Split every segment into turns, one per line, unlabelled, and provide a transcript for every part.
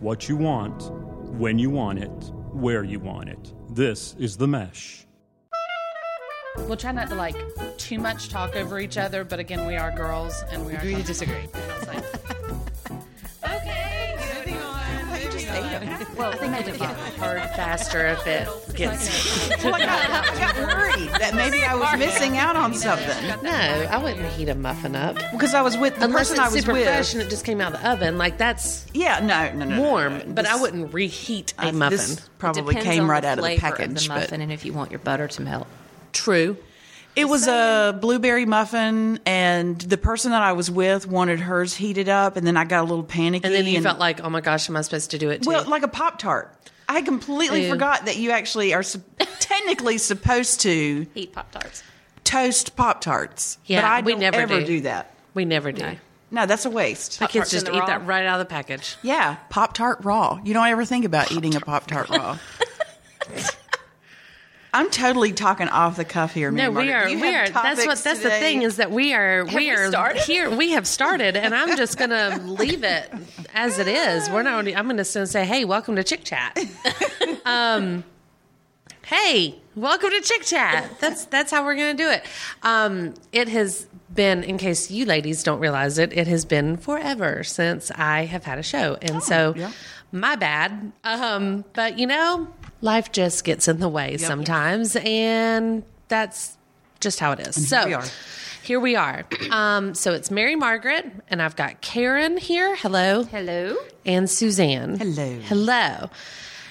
what you want, when you want it, where you want it. This is The Mesh.
We'll try not to like too much talk over each other, but again, we are girls and we are.
Agree to
com-
disagree.
It's like,
Okay, moving on. Moving on.
well, I think I get hard faster if it gets.
Well, I, got, I got worried that maybe I was missing out on something
No, I wouldn't heat a muffin up.
because I was with the
Unless
person I
it's
was
super
with.
fresh and it just came out of the oven. Like that's
Yeah, no, no, no, no, no.
warm, but I
This-
wouldn't reheat a
I-
muffin.
This probably
Depends
came
on
right out of the
flavor
package.
the
but-
muffin, and if you want your butter to melt.
True.
It was a blueberry muffin, and the person that I was with wanted hers heated up, and then I got a little panicky.
And then you felt like, oh my gosh, am I supposed to do it too?
well, like a pop tart. I completely
Ew.
forgot that you actually are sup- technically supposed to
Eat Pop Tarts.
toast pop tarts. but
Yeah,
I
we
don't
never
ever
do.
that.
we never do.
No, that's a waste.
The kids just
in
eat
the raw?
that right out of the package.
yeah, pop tart raw. You don't ever think about eating a pop tart raw. I'm totally talking off the cuff here. Mary
No, we
Margaret.
are.
You
We are.
have
That's what.
topics
That's the
today.
thing is that we are. we
we
are
started?
here. We have started, and I'm just gonna leave it as it is. We're not. I'm gonna just say, hey, welcome to Chick Chat. um, hey, welcome to Chick Chat. That's that's how we're gonna do it. Um, it has been, in case you ladies don't realize it, it has been forever since I have had a show, and so.
Oh, yeah.
My bad. Um, but you know, life just gets in the way sometimes, and that's just how it is. so
we are.
here we are. Um, so it's Mary Margaret, and I've got Karen here. Hello.
Hello.
And Suzanne.
Hello.
Hello.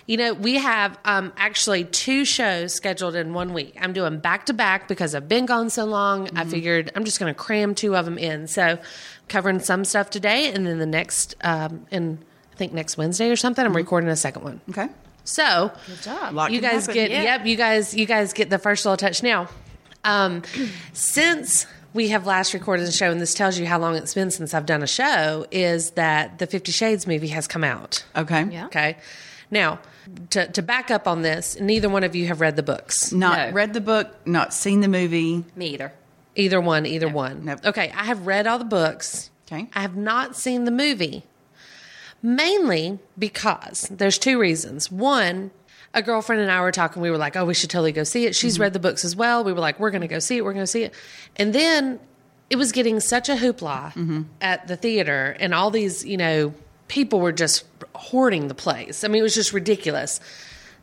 You know, we have um, actually two shows scheduled in one week. I'm doing back to back because I've been gone so long.
Mm-hmm.
I figured I'm just going to cram two of them in. So, covering some stuff today, and then the next, um, in I think next Wednesday or something, I'm recording a second one.
Mm-hmm. Okay.
So,
job.
Lot
you
can
guys
happen.
get
Yeah.
yep. You guys, you guys get the first little touch now. Um, since we have last recorded the show, and this tells you how long it's been since I've done a show, is that the Fifty Shades movie has come out.
Okay.
Yeah.
Okay, now to, to back up on this, neither one of you have read the books.
Not
No.
read the book, not seen the movie.
Me either.
Either one, either one.
Nope.
Okay, I have read all the books.
Okay.
I have not seen the movie. Mainly because there's two reasons. One, a girlfriend and I were talking. We were like, oh, we should totally go see it. She's read the books as well. We were like, we're going to go see it. We're going to see it. And then it was getting such a hoopla at the theater, and all these, you know, people were just hoarding the place. I mean, it was just ridiculous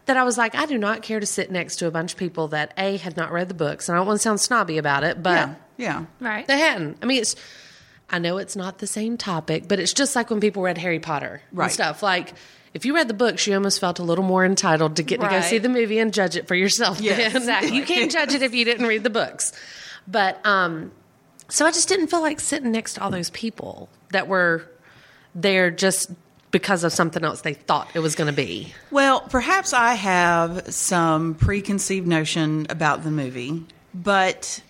that I was like, I do not care to sit next to a bunch of people that A, had not read the books. And I don't want to sound snobby about it, but.
Yeah. Yeah.
Right.
They hadn't. I mean, it's. I know it's not the same topic, but it's just like when people read Harry Potter
Right.
and stuff. Like if you read the books, you almost felt a little more entitled to get to go
Right.
see the movie and judge it for yourself.
Yes.
then.
Exactly.
you can't judge it if you didn't read the books. But um, so I just didn't feel like sitting next to all those people that were there just because of something else they thought it was going to be.
Well, perhaps I have some preconceived notion about the movie, but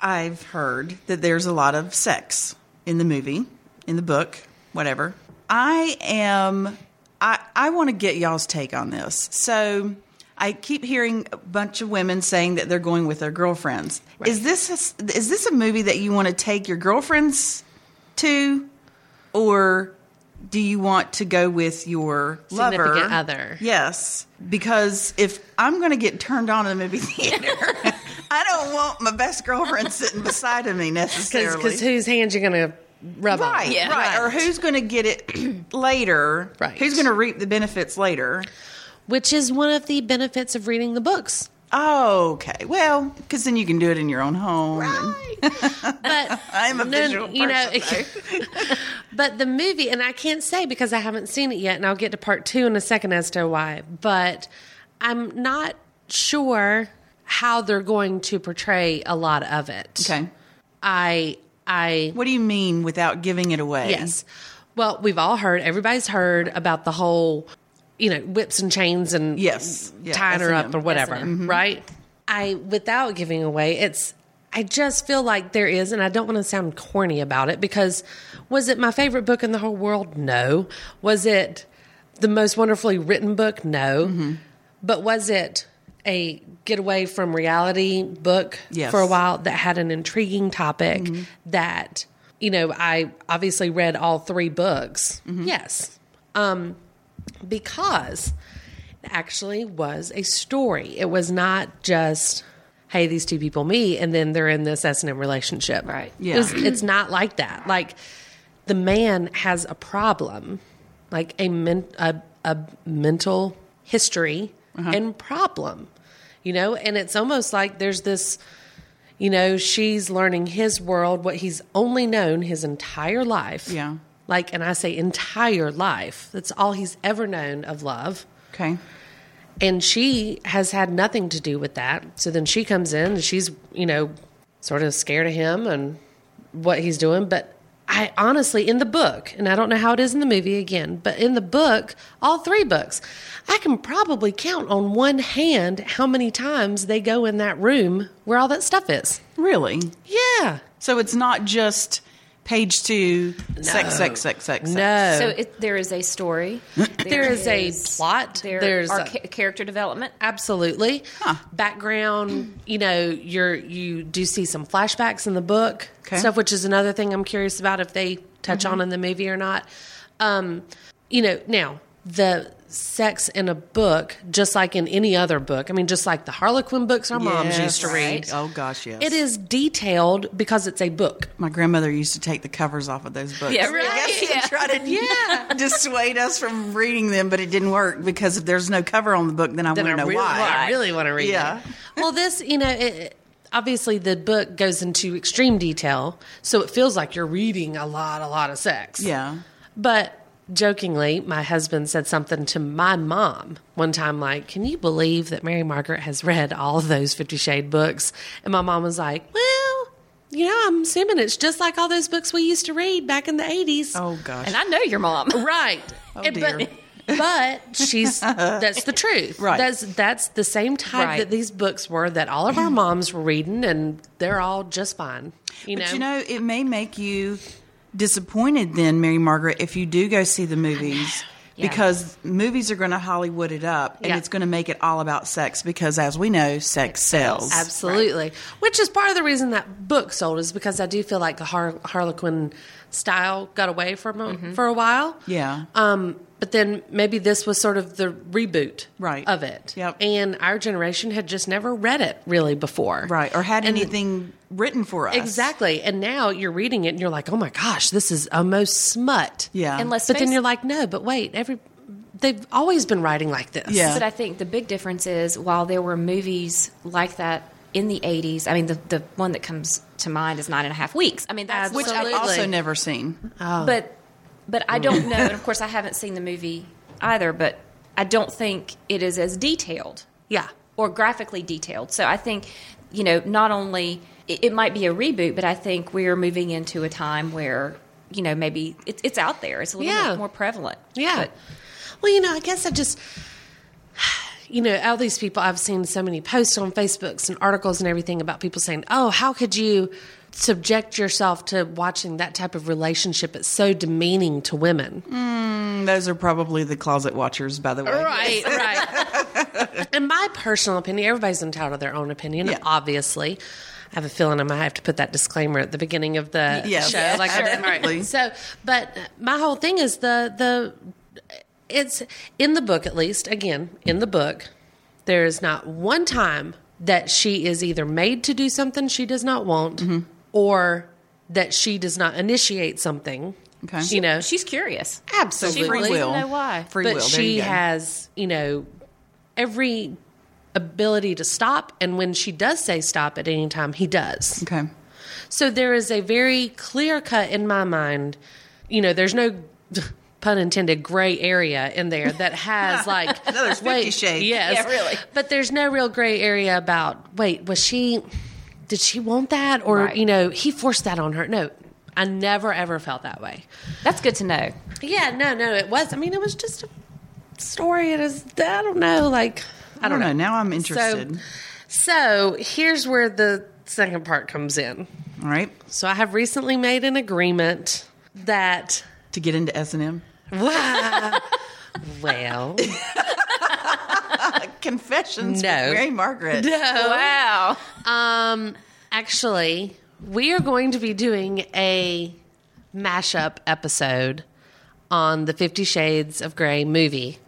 I've heard that there's a lot of sex in the movie, in the book, whatever. I am I I want to get y'all's take on this. So, I keep hearing a bunch of women saying that they're going with their girlfriends. Is this a, is this a movie that you want to take your girlfriends to or do you want to go with your
Significant
lover?
other.
Yes, because if I'm going to get turned on in a movie theater, I don't want my best girlfriend sitting beside of me necessarily.
Because whose hands you're going to rub on.
right,
Yeah.
right, or
Right.
who's going to get it later?
Right.
who's going to reap the benefits later?
Which is one of the benefits of reading the books.
Okay, well, because then you can do it in your own home. and-
But
I'm a
No,
visual
you know,
person,
But the movie, and I can't say because I haven't seen it yet, and I'll get to part two in a second as to why, but I'm not sure how they're going to portray a lot of it.
though. okay,
I, I,
what do you mean without giving it away?
yes. Well, we've all heard, everybody's heard about the whole, you know, whips and chains and
Yes. Yeah,
tying her up
S&M.
or whatever,
Mm-hmm.
right? I, without giving away, it's, I just feel like there is, and I don't want to sound corny about it because was it my favorite book in the whole world? No. Was it the most wonderfully written book? No.
Mm-hmm.
But was it a getaway from reality book
Yes.
for a while that had an intriguing topic that, you know, I obviously read all three books? Yes. Um, because it actually was a story. It was not just, hey, these two people meet and then they're in this S and M relationship.
Right.
It
Yeah.
was- it's not like that. Like the man has a problem, like a men, a, a mental history
Uh-huh.
and problem. You know, and it's almost like there's this you know, she's learning his world, what he's only known his entire life.
Yeah.
Like, and I say entire life. That's all he's ever known of love.
Okay.
And she has had nothing to do with that. So then she comes in and she's, you know, sort of scared of him and what he's doing. But I honestly, in the book, and I don't know how it is in the movie again, but in the book, all three books, I can probably count on one hand how many times they go in that room where all that stuff is.
Really?
Yeah.
So it's not just page two, sex, sex, sex, sex. sex.
No.
So it, there is a story.
there is a plot.
There
there's
are
a-
ca- character development.
absolutely background. You know, you're you do see some flashbacks in the book
Okay. Mm-hmm.
stuff, which is another thing I'm curious about if they touch on in the movie or not. Um, you know, now the sex in a book, just like in any other book. I mean, just like the Harlequin books our moms
Yes.
used to read.
Oh gosh, yes.
It is detailed because it's a book.
My grandmother used to take the covers off of those books.
Yeah, right,
I guess to
yeah.
try to
Yeah.
dissuade us from reading them, but it didn't work because if there's no cover on the book, then I want
then
to
I
know
really,
why.
I really want to read
Yeah.
it. Well, this, you know, it, it- obviously the book goes into extreme detail, so it feels like you're reading a lot, a lot of sex.
Yeah.
But jokingly, my husband said something to my mom one time, like, Can you believe that Mary Margaret has read all of those Fifty Shade books? And my mom was like, Well, you know, I'm assuming it's just like all those books we used to read back in the 80s.
Oh gosh.
And I know your mom.
Oh,
Right. And-
dear.
But, but she's that's the truth.
Right.
That's that's the same type
Right.
that these books were that all of our moms were reading and they're all just fine. You know.
But you know, it may make you disappointed then, Mary Margaret, if you do go see the movies.
Yeah.
Because movies are going to Hollywood it up, and
Yeah.
it's going to make it all about sex. Because as we know, sex sells.
Absolutely. Which is part of the reason that book sold is because I do feel like the Har- Harlequin style got away from a, for a while.
Mm-hmm. Yeah.
Um, but then maybe this was sort of the reboot
Right.
of it.
Yep.
And our generation had just never read it really before.
right. Or had
And-
anything written for us.
Exactly. And now you're reading it and you're like, oh my gosh, this is almost smut.
Yeah.
And let's
But then
face-
you're like, no, but wait, every they've always been writing like this.
Yeah.
But I think the big difference is while there were movies like that in the 80s, I mean, the, the one that comes to mind is Nine and a Half Weeks. I mean, that's
Which I've
Absolutely.
also never seen.
But, but I don't know. And of course, I haven't seen the movie either, but I don't think it is as detailed
Yeah.
or graphically detailed. So I think, you know, not only it, it might be a reboot, but I think we're moving into a time where, you know, maybe it, it's out there. It's a little
Yeah.
bit more prevalent.
Yeah.
But
Well, you know, I guess I just you know, all these people I've seen so many posts on Facebooks and articles and everything about people saying, Oh, how could you subject yourself to watching that type of relationship? It's so demeaning to women.
And those are probably the closet watchers, by the way.
Right, right. In my personal opinion, everybody's entitled to their own opinion,
Yeah.
obviously. I have a feeling I might have to put that disclaimer at the beginning of the
Yes.
show.
Yes,
like I did.
absolutely.
Right. So, but my whole thing is the the it's in the book at least. Again, in the book, there is not one time that she is either made to do something she does not want
Mm-hmm.
or that she does not initiate something.
Okay.
You know,
she's curious.
absolutely
Free
Doesn't
will.
know why.
Free
but
will. There
she
you go.
has you know every ability to stop and when she does say stop at any time he does
Okay.
so there is a very clear cut in my mind you know there's no pun intended gray area in there that has like
No, there's 50 shades.
yes
Yeah, really.
but there's no real gray area about wait was she did she want that or
Right.
you know he forced that on her no i never ever felt that way
That's good to know.
yeah, no, no, it was. I mean, it was just a story. It is. I don't know. Like, I
I
don't,
don't know.
know.
Now I'm interested.
So, so here's where the second part comes in.
All right.
So I have recently made an agreement that
To get into S and M.
wow, well,
Confessions.
No.
With Mary Margaret.
Wow.
um, actually, we are going to be doing a mashup episode on the Fifty Shades of Grey movie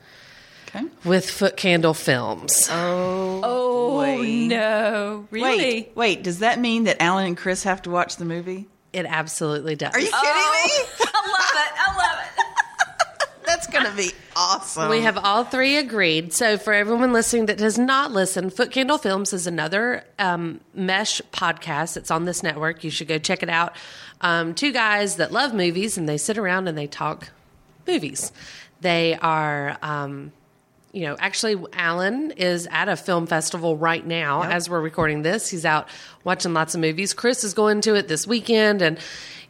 Okay.
with Foot Candle Films.
Oh
Wait.
no! Really?
Wait, wait. Does that mean that Alan and Chris have to watch the movie?
It absolutely does.
Are you kidding me?
I love it. I love it.
That's gonna be awesome.
We have all three agreed. So, for everyone listening that has not listened, Foot Candle Films is another um, mesh podcast. It's on this network. You should go check it out. Um, two guys that love movies and they sit around and they talk movies. They are, um, you know, actually, Alan is at a film festival right now as we're recording this. He's out watching lots of movies. Chris is going to it this weekend. And,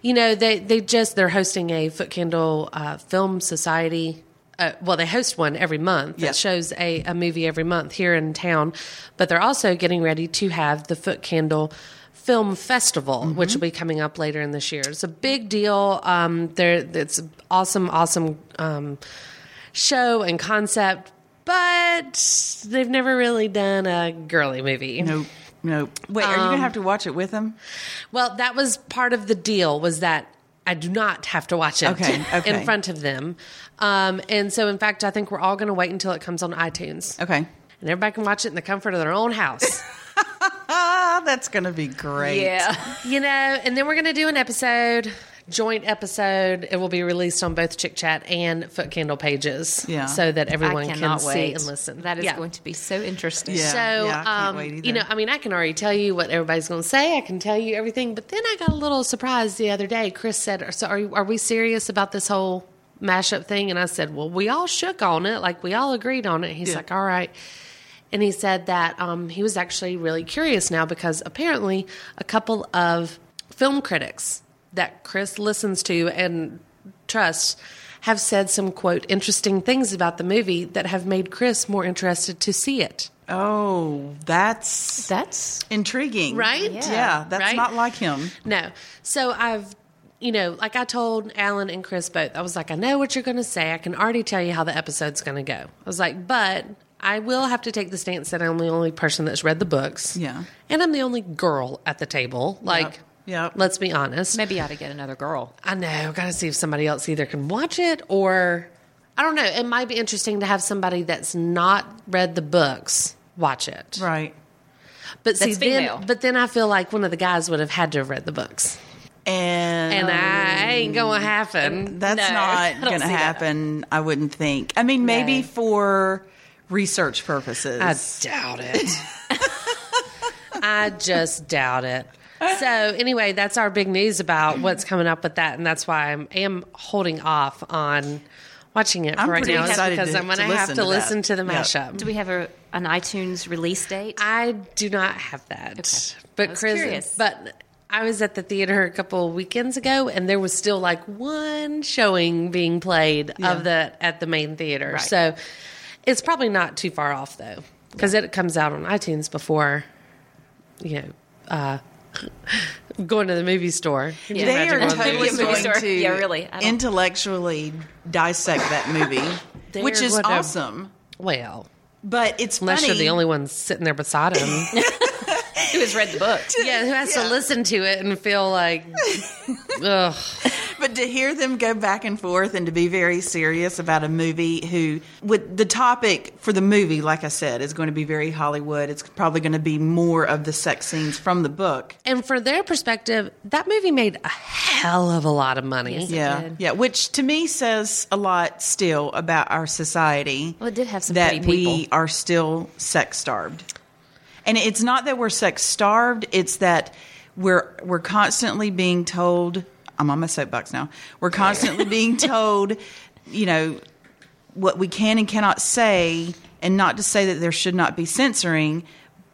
you know, they, they just, they're hosting a Foot Candle uh, Film Society uh, well, they host one every month that
Yeah.
shows a, a movie every month here in town, but they're also getting ready to have the Foot Candle Film Festival,
Mm-hmm.
which will be coming up later in this year. It's a big deal. Um, there, it's awesome, awesome um, show and concept, but they've never really done a girly movie.
Nope. Nope. Wait, are you gonna have to watch it with them?
Well, that was part of the deal was that I do not have to watch it
Okay, okay.
in front of them. Um, and so, in fact, I think we're all going to wait until it comes on iTunes.
Okay.
And everybody can watch it in the comfort of their own house.
Ah, that's gonna be great.
Yeah.
you know, and then we're going to do an episode, joint episode. It will be released on both Chick Chat and Foot Candle pages.
Yeah.
So that everyone
I
can
cannot
see
wait
and listen.
That is
Yeah.
going to be so interesting.
Yeah.
So,
I can't
um,
wait
you know,
either.
I mean, I can already tell you what everybody's going to say. I can tell you everything. But then I got a little surprised the other day. Chris said, "Are- "So are you, are we serious about this whole mashup thing?" And I said, "Well, we all shook on it. Like we all agreed on it." He's
Yeah.
like, "All right." And he said that um, he was actually really curious now because apparently a couple of film critics that Chris listens to and trusts have said some quote interesting things about the movie that have made Chris more interested to see it.
Oh, that's
That's
intriguing.
Right?
Yeah.
Yeah.
that's
Right?
not like him.
No. So I've, you know, like I told Alan and Chris both, I was like, I know what you're going to say. I can already tell you how the episode's going to go. I was like, but I will have to take the stance that I'm the only person that's read the books.
Yeah.
And I'm the only girl at the table. Like,
Yep.
let's be honest.
maybe I ought to get another girl.
I know. Got to see if somebody else either can watch it or I don't know. It might be interesting to have somebody that's not read the books watch it.
Right.
But see,
That's female.
then but then I feel like one of the guys would have had to have read the books.
And, um,
and I ain't gonna happen.
that's
No, I
not
don't
going to
see that.
happen, I wouldn't think. I mean, maybe
No.
for research purposes.
I doubt it. I just doubt it. So anyway, that's our big news about what's coming up with that, and that's why I'm am holding off on watching it for
I'm
right
pretty
now is
excited
because
to-
I'm going
to
to
listen
have to
to that.
listen to the
Yeah.
mashup.
Do we have a an iTunes release date?
I do not have that.
Okay.
But
I was
Chris,
curious.
but I was at the theater a couple weekends ago, and there was still like one showing being played of the at the main theater.
Right.
So it's probably not too far off though, because it comes out on iTunes before you know. Uh, Going to the movie store. Can you
They
imagine
are
going to the
totally
totally
movie store?
going
store.
to
Yeah, really. I don't-
intellectually dissect that movie,
They're
which is
gonna-
awesome.
Well,
But it's
unless
funny.
you're the only one sitting there beside him.
Who has read the book?
yeah, who has
Yeah.
to listen to it and feel like, ugh.
But to hear them go back and forth and to be very serious about a movie who with the topic for the movie, like I said, is going to be very Hollywood. It's probably going to be more of the sex scenes from the book.
And for their perspective, that movie made a hell of a lot of money.
yeah.
did.
Yeah. Which to me says a lot still about our society.
Well, it did have some
that
pretty people.
we are still sex starved. And it's not that we're sex starved, it's that we're we're constantly being told I'm on my soapbox now. We're constantly being told, you know, what we can and cannot say, and not to say that there should not be censoring,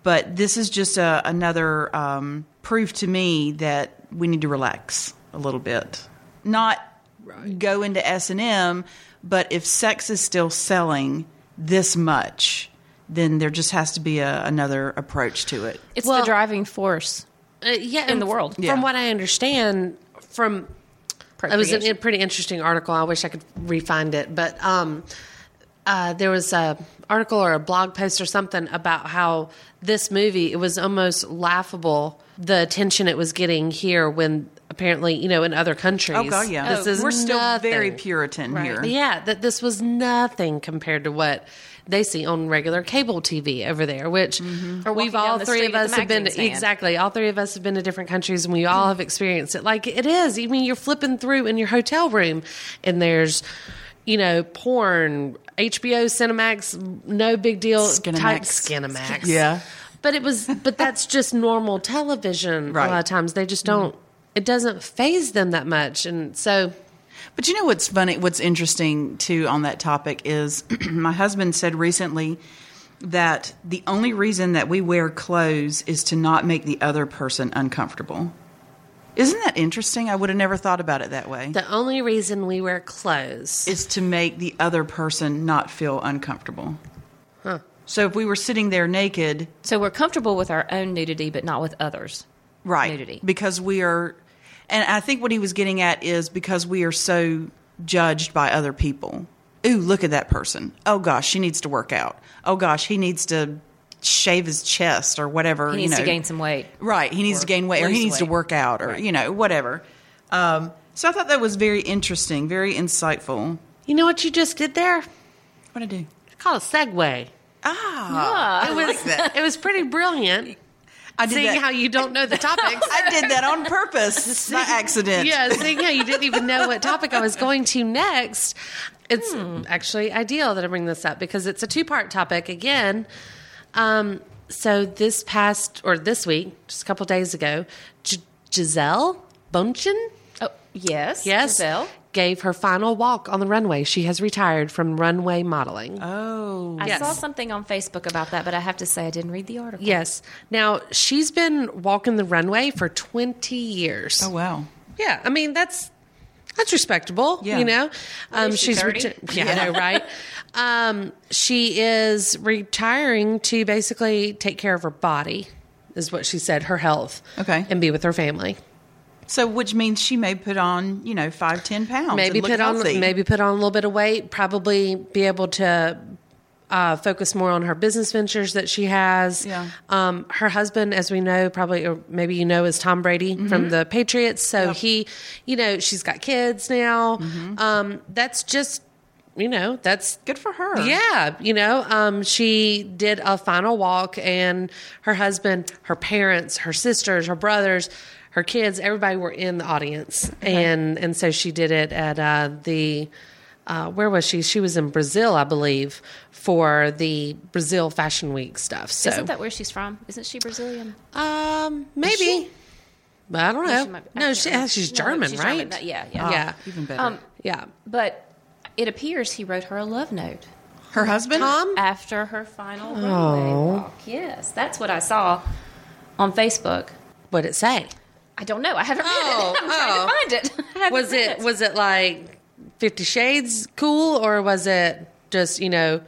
but this is just a, another um, proof to me that we need to relax a little bit, not go into S and M. But if sex is still selling this much, then there just has to be a, another approach to it.
It's
Well-
the driving force.
Uh, yeah,
In
and
the world.
From
Yeah.
what I understand, from it was a pretty interesting article. I wish I could re-find it, but um, uh, there was a article or a blog post or something about how this movie it was almost laughable the attention it was getting here when apparently, you know, in other countries.
Oh god, yeah.
This is
We're still very
nothing.
Puritan here.
Yeah, that this was nothing compared to what they see on regular cable TV over there, which
Mm-hmm. Or
we've
walking down
all
the
three
street
of
with
us
the
have been
magazine stand.
exactly all three of us have been to different countries and we all have experienced it. Like it is. I mean, you're flipping through in your hotel room and there's you know porn, HBO, Cinemax, no big deal type
Skinamax.
Skinamax.
Yeah.
But it was, but that's just normal television. A
Right.
lot of times they just don't. It doesn't phase them that much, and so
But you know what's funny, what's interesting too on that topic is my husband said recently that the only reason that we wear clothes is to not make the other person uncomfortable. Isn't that interesting? I would have never thought about it that way.
The only reason we wear clothes.
Is to make the other person not feel uncomfortable. So if we were sitting there naked,
So we're comfortable with our own nudity, but not with others.
right
Nudity.
because we are and i think what he was getting at is because we are so judged by other people ooh look at that person oh gosh she needs to work out oh gosh he needs to shave his chest or whatever
He
you
needs
know.
to gain some weight.
right he needs to gain weight or he
lose
needs to
weight.
work out or you know whatever um, so i thought that was very interesting very insightful
You know what you just did there?
what i do
It's called a segue.
ah
it was it was pretty brilliant.
i did
Seeing
that.
how you don't know the topics.
i did that on purpose by accident
yeah, seeing how you didn't even know what topic I was going to next. It's actually ideal that I bring this up because it's a two part topic again. Um, so this past or this week, just a couple days ago, G- Giselle Bundchen.
Oh, yes.
Yes.
Giselle.
Gave her final walk on the runway. She has retired from runway modeling.
oh
I
Yes.
saw something on Facebook about that, but I have to say I didn't read the article.
Yes. Now, she's been walking the runway for 20 years.
oh wow
Yeah. I mean, that's. That's respectable,
Yeah.
you know. Um,
is she,
she's
30?
reti- yeah, I know, right? Um, she is retiring to basically take care of her body, is what she said. Her health,
Okay.
and be with her family.
So, which means she may put on, you know, five, ten pounds.
maybe
and look
put
healthy.
on maybe put on a little bit of weight probably be able to uh, focus more on her business ventures that she has
Yeah.
um, her husband as we know probably or maybe you know is tom brady
Mm-hmm.
from the patriots so he you know she's got kids now um, that's just you know that's
Mm-hmm. Good for her.
yeah, you know, um, she did a final walk, and her husband, her parents, her sisters, her brothers, her kids, everybody were in the audience, and and so she did it at uh, the. Uh, where was she? She was in Brazil, I believe, for the Brazil Fashion Week stuff. So,
Isn't that where she's from? Isn't she Brazilian?
um, maybe, but I don't
No,
know.
she might- I
Oh, no,
can't
she,
remember.
she's
No,
German,
she's
right?
German. Yeah, yeah.
yeah,
Even better.
Um,
yeah.
but it appears he wrote her a love note
her husband?
Tom,
after her final
Oh.
runway walk. Yes, that's what I saw on Facebook.
what'd it say?
I don't know. I haven't read
Oh,
it. I'm trying to find it. I haven't
was
read
it was it like Fifty Shades cool or was it just you know?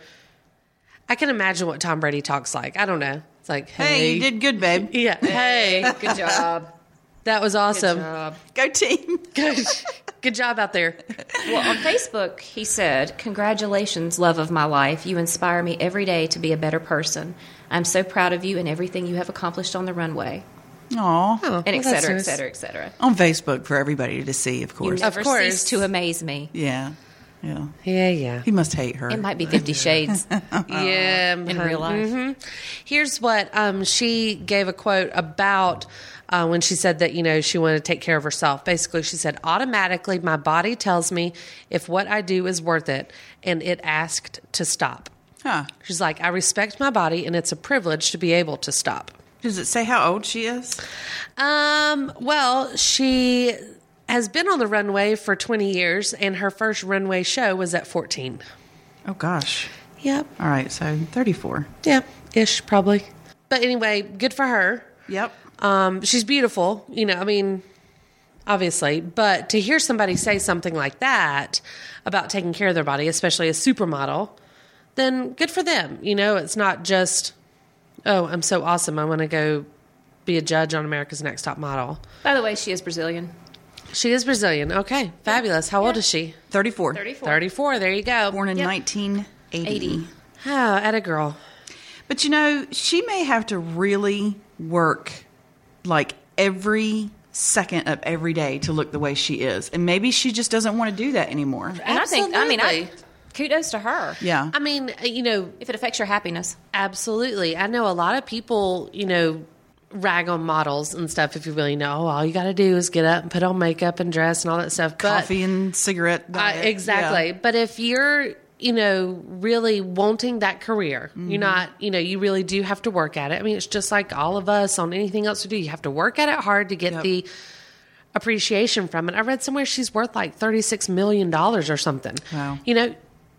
I can imagine what Tom Brady talks like. I don't know. It's like
Hey,
hey,
you did good, babe.
yeah, hey,
good job.
that was awesome.
Good job.
Go team.
Good, good job out there.
Well, on Facebook, he said, Congratulations, love of my life. You inspire me every day to be a better person. I'm so proud of you and everything you have accomplished on the runway,
Aw.
Oh,
and et
well, that's
cetera, et
nice.
cetera, et cetera.
On Facebook for everybody to see, of course.
You never
course.
cease to amaze me.
yeah. Yeah.
Yeah, yeah,
He must hate her.
It might be Fifty Shades
yeah. Mm-hmm.
in real life.
Here's what um, she gave a quote about uh, when she said that, you know, she wanted to take care of herself. Basically, she said, automatically, my body tells me if what I do is worth it, and it asked to stop.
Huh.
She's like, I respect my body, and it's a privilege to be able to stop.
Does it say how old she is?
Um, well, she has been on the runway for 20 years, and her first runway show was at 14.
Oh, gosh.
Yep.
All right. So, 34.
Yeah, ish, probably. But anyway, good for her.
Yep.
Um, she's beautiful, you know, I mean, obviously, but to hear somebody say something like that about taking care of their body, especially a supermodel, then good for them. You know, it's not just, oh, I'm so awesome. I want to go be a judge on America's Next Top Model.
By the way, she is Brazilian.
She is Brazilian. Okay, fabulous. How old is she?
34.
34.
34. There you go.
Born in
Yep.
1980.
80.
Oh, at a girl.
But you know, she may have to really work like every second up every day to look the way she is. And maybe she just doesn't want to do that anymore.
And I think, I mean, I,
Absolutely.
kudos to her.
Yeah.
I mean, uh, you know,
If it affects your happiness.
Absolutely. I know a lot of people, you know, rag on models and stuff if you really know, oh, all you got to do is get up and put on makeup and dress and all that stuff. But,
Coffee and cigarette.
Uh,
diet.
exactly.
Yeah.
But if you're, you know, really wanting that career,
Mm-hmm.
you're not, you know, you really do have to work at it. I mean, it's just like all of us on anything else we do. You have to work at it hard to get
Yep.
the appreciation from it. I read somewhere she's worth like $36 million or something.
Wow.
You know,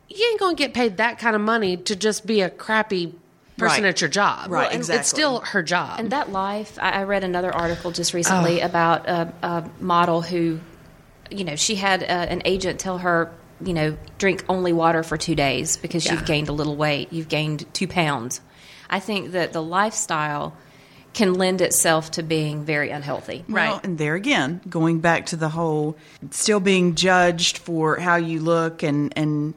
you ain't going to get paid that kind of money to just be a crappy person
Right.
at your job.
Right,
and It's
exactly.
still her job.
And that life, I, I read another article just recently about a, a model who, you know, she had uh an agent tell her, you know, drink only water for two days because
Yeah.
you've gained a little weight, you've gained two pounds. I think that the lifestyle can lend itself to being very unhealthy.
Well,
Right.
and there again, going back to the whole still being judged for how you look and and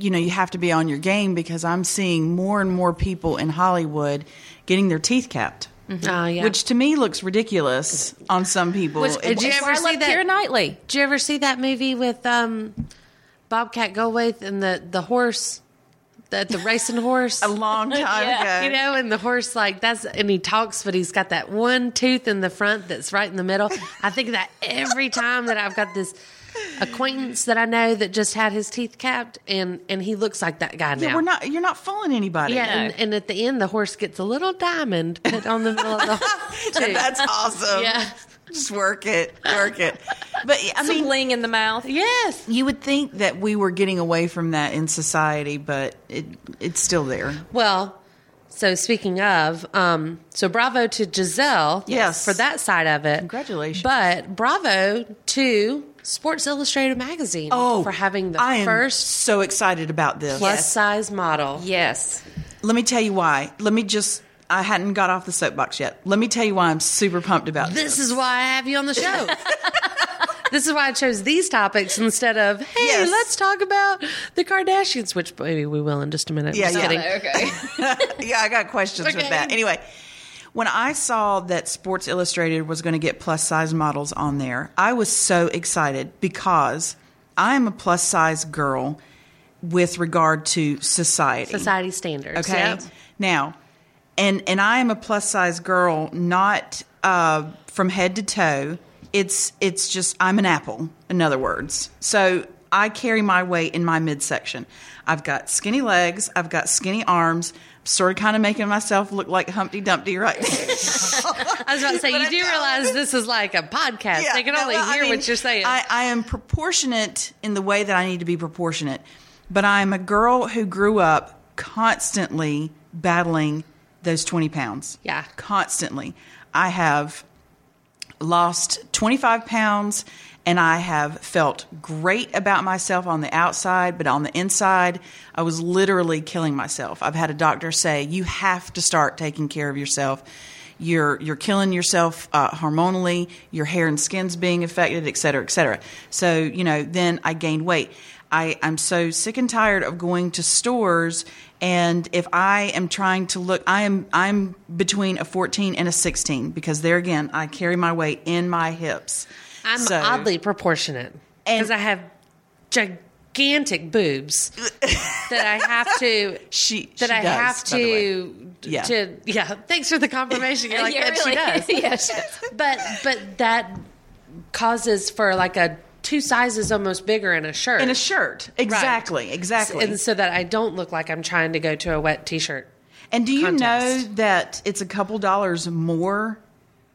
you know, you have to be on your game because I'm seeing more and more people in Hollywood getting their teeth capped.
Oh, yeah.
Which to me looks ridiculous on some people.
Which-
It-
Did you
That's why
ever
I
see
love
that-
Keira Knightley?
Did you ever see that movie with um, Bobcat Goldthwait and the the horse, the the racing horse?
a long time ago.
you know, and the horse like that's and he talks, but he's got that one tooth in the front that's right in the middle. I think that every time that I've got this acquaintance that I know that just had his teeth capped, and and he looks like that guy now.
Yeah, we're not you're not fooling anybody.
Yeah, and, and at the end, the horse gets a little diamond put on the middle of the tooth.
That's awesome.
Yeah.
Just work it. Work it. But yeah, I
Some
mean
bling in the mouth.
yes.
you would think that we were getting away from that in society, but it it's still there.
Well, so speaking of, um, so bravo to Giselle
Yes.
for that side of it.
Congratulations.
But bravo to Sports Illustrated magazine for having the
Oh, I am
first
so excited about this.
plus size model.
Yes.
Let me tell you why. Let me just I hadn't got off the soapbox yet. Let me tell you why I'm super pumped about this.
This is why I have you on the show. this is why I chose these topics instead of, hey,
Yes.
let's talk about the Kardashians, which maybe we will in just a minute.
Yeah,
just
yeah.
kidding.
Okay.
yeah, I got questions with
Okay.
that. Anyway, when I saw that Sports Illustrated was going to get plus size models on there, I was so excited because I am a plus size girl with regard to society.
Society standards.
Okay.
Yep.
Now, and and I am a plus size girl, not uh, from head to toe. It's it's just I'm an apple. In other words, so I carry my weight in my midsection. I've got skinny legs. I've got skinny arms. I'm sort of kind of making myself look like Humpty Dumpty right now.
I was about to say, you
But I
do
know.
realize this is like a podcast.
Yeah,
they can
no,
only
well, I
hear
mean,
what you're saying.
I, I am proportionate in the way that I need to be proportionate, but I am a girl who grew up constantly battling those 20 pounds.
Yeah.
Constantly. I have lost 25 pounds and I have felt great about myself on the outside, but on the inside, I was literally killing myself. I've had a doctor say, You have to start taking care of yourself. You're, you're killing yourself uh, hormonally, your hair and skin's being affected, et cetera, et cetera. So, you know, then I gained weight. I, I'm so sick and tired of going to stores and if I am trying to look I am I'm between a 14 and a 16 because there again I carry my weight in my hips.
I'm
So-
oddly proportionate because
And-
I have gigantic boobs that I have to
she
that
she
I
does,
have
by the way.
to
Yeah.
to yeah. Thanks for the confirmation. You're like
yeah,
that
really.
she does,
yeah, she does.
but but that causes for like a two sizes almost bigger in a shirt
in a shirt. Exactly, exactly.
and so that I don't look like I'm trying to go to a wet t-shirt
and do you
contest.
know that it's a couple dollars more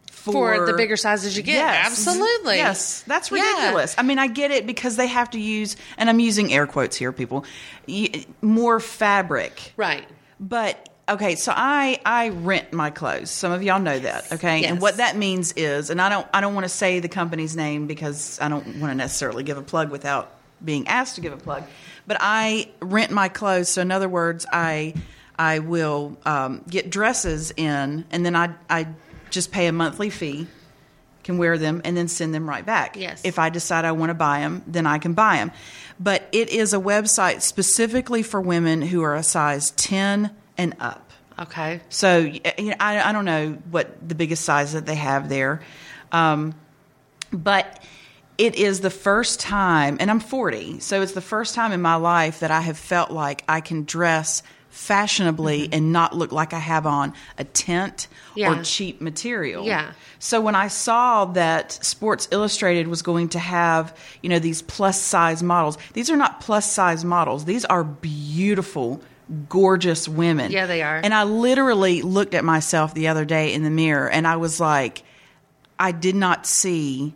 for
for,
the bigger sizes you get.
Yes.
Absolutely.
Yes. That's
Yeah.
ridiculous. I mean, I get it because they have to use and I'm using air quotes here people. y- More fabric.
Right.
But okay, so I I rent my clothes. Some of y'all know that, okay?
Yes.
And what that means is, and I don't I don't want to say the company's name because I don't want to necessarily give a plug without being asked to give a plug. But I rent my clothes. So in other words, I I will um, get dresses in, and then I I just pay a monthly fee. Can wear them and then send them right back.
Yes.
If I decide I want to buy them, then I can buy them. But it is a website specifically for women who are a size 10 and up.
Okay.
So y- you know, I, I don't know what the biggest size that they have there. Um, But it is the first time, and I'm 40, so it's the first time in my life that I have felt like I can dress fashionably and not look like I have on a tent
Mm-hmm. Yeah.
or cheap material.
Yeah.
So when I saw that Sports Illustrated was going to have, you know, these plus size models, these are not plus size models. These are beautiful, gorgeous women.
Yeah, they are.
And I literally looked at myself the other day in the mirror and I was like, I did not see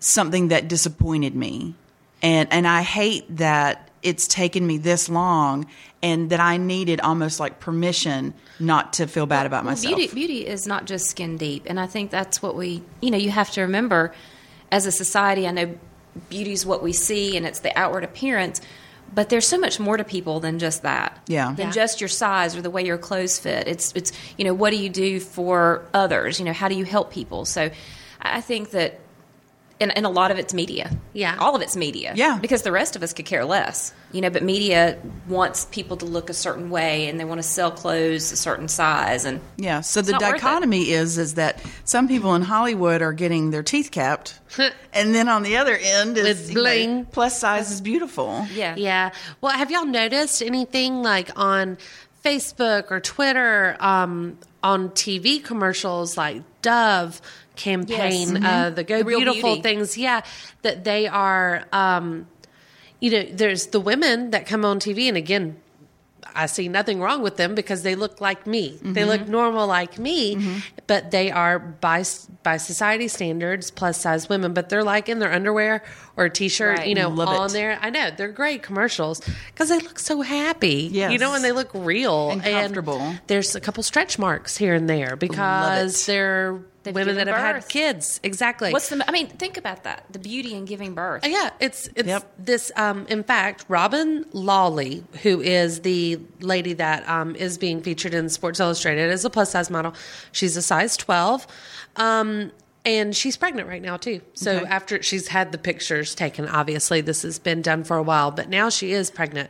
something that disappointed me. And and I hate that it's taken me this long and that I needed almost like permission not to feel bad about
Well,
myself.
Beauty, beauty is not just skin deep, and I think that's what we, you know, you have to remember as a society. I know beauty's what we see, and it's the outward appearance, but there's so much more to people than just that.
Yeah.
than
Yeah.
just your size or the way your clothes fit. It's it's you know what do you do for others? You know how do you help people? So, I I think that. And, and a lot of it's media.
Yeah.
All of it's media.
Yeah.
Because the rest of us could care less. You know, but media wants people to look a certain way and they want to sell clothes a certain size and
Yeah. So the
not worth it.
dichotomy is is that some people in Hollywood are getting their teeth capped, and then on the other end is
With
you know,
bling.
plus size is beautiful.
Yeah.
Yeah. Well, have y'all noticed anything like on Facebook or Twitter, um, on TV commercials like Dove campaign, uh, the Go
Mm-hmm. The Real
Beautiful
Beauty.
things? Yeah, that they are. Um, you know, there's the women that come on TV, and again. I see nothing wrong with them because they look like me.
Mm-hmm.
They look normal like me, but they are by s- by society standards plus size women. But they're like in their underwear or a t-shirt,
Right.
you know,
Love
on
it.
their there. I know they're great commercials because they look so happy.
Yes.
You know, and they look real
And comfortable.
there's a couple stretch marks here and there because they're
They've
women that
given
have had
birth.
kids. Exactly.
What's the? I mean, think about that. The beauty in giving birth.
Uh, yeah, it's it's
Yep.
this. Um, in fact, Robin Lawley, who is the lady that um, is being featured in Sports Illustrated, is a plus size model. She's a size twelve, um, and she's pregnant right now too. So
Okay.
after she's had the pictures taken, obviously this has been done for a while, but now she is pregnant,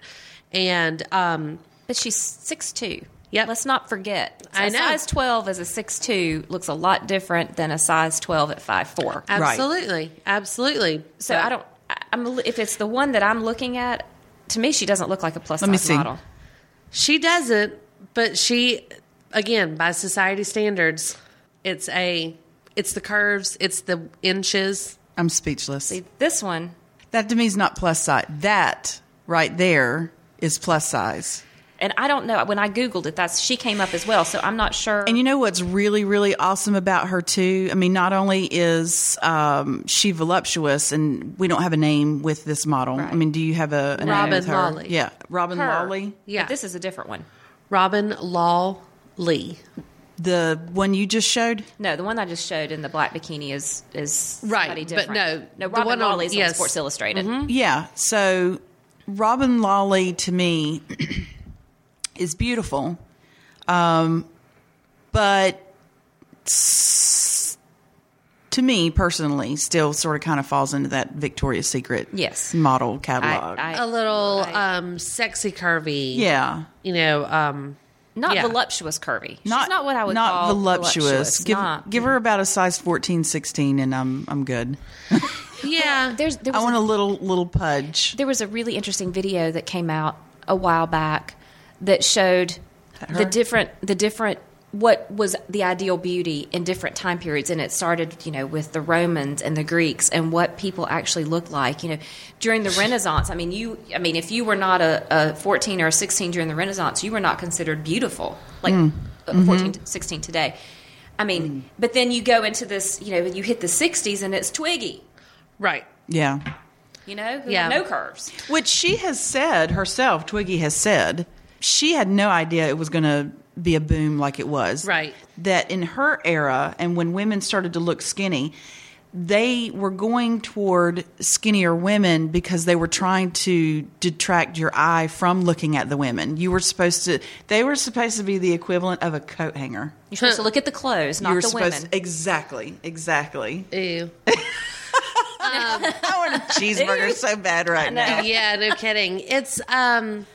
and um,
But she's six two.
Yep.
Let's not forget. So
I
a
know.
size twelve as a six two looks a lot different than a size twelve at five four.
Right.
absolutely, absolutely.
So I don't. I- I'm a li- if it's the one that I'm looking at. To me, she doesn't look like a plus
Let me
size
see.
model.
She doesn't, but she again, by society standards, it's a it's the curves, it's the inches.
I'm speechless.
See, this one,
That to me is not plus size. That right there is plus size.
and I don't know. When I googled it, that's she came up as well. So I'm not sure.
And you know what's really, really awesome about her too? I mean, not only is um, she voluptuous, and we don't have a name with this model. I
Right.
mean, do you have a, a name
Robin
with her?
Lawley.
Yeah, Robin
Her.
Lawley.
But
Yeah.
this is a different one.
Robin Law Lee.
The one you just showed?
No, the one I just showed in the black bikini is is
Right,
somebody
but
different.
no,
no,
the
Robin
one on-
Lawley's on,
yes.
Sports Illustrated.
Yeah. So Robin Lawley to me is beautiful, um, but s- to me personally, still sort of kind of falls into that Victoria's Secret
Yes.
model catalog.
I,
A little
Right.
um sexy curvy.
yeah.
You know, um
Not
Yeah.
voluptuous curvy. She's not what I would
not
call
voluptuous. Give
Not.
give her about a size 14, 16 and I'm I'm good.
yeah.
Uh, There's, there,
I
was
want a
a,
little little pudge.
there was a really interesting video that came out a while back that showed the different the different what was the ideal beauty in different time periods and it started you know with the romans and the greeks and what people actually looked like you know during the renaissance i mean you i mean if you were not a, a 14 or a 16 during the renaissance you were not considered beautiful like uh, 14 to 16 today i mean but then you go into this you know you hit the 60s and it's twiggy
Right.
Yeah.
you know who
Yeah.
had no curves
Which she has said herself, Twiggy has said, she had no idea it was going to be a boom like it was.
Right.
That in her era, and when women started to look skinny, they were going toward skinnier women because they were trying to detract your eye from looking at the women. You were supposed to, they were supposed to be the equivalent of a coat hanger.
You're supposed to look at the clothes, not
you were
the
supposed
women.
exactly, exactly.
Ew.
I want a cheeseburger so bad right now.
yeah, no kidding. It's um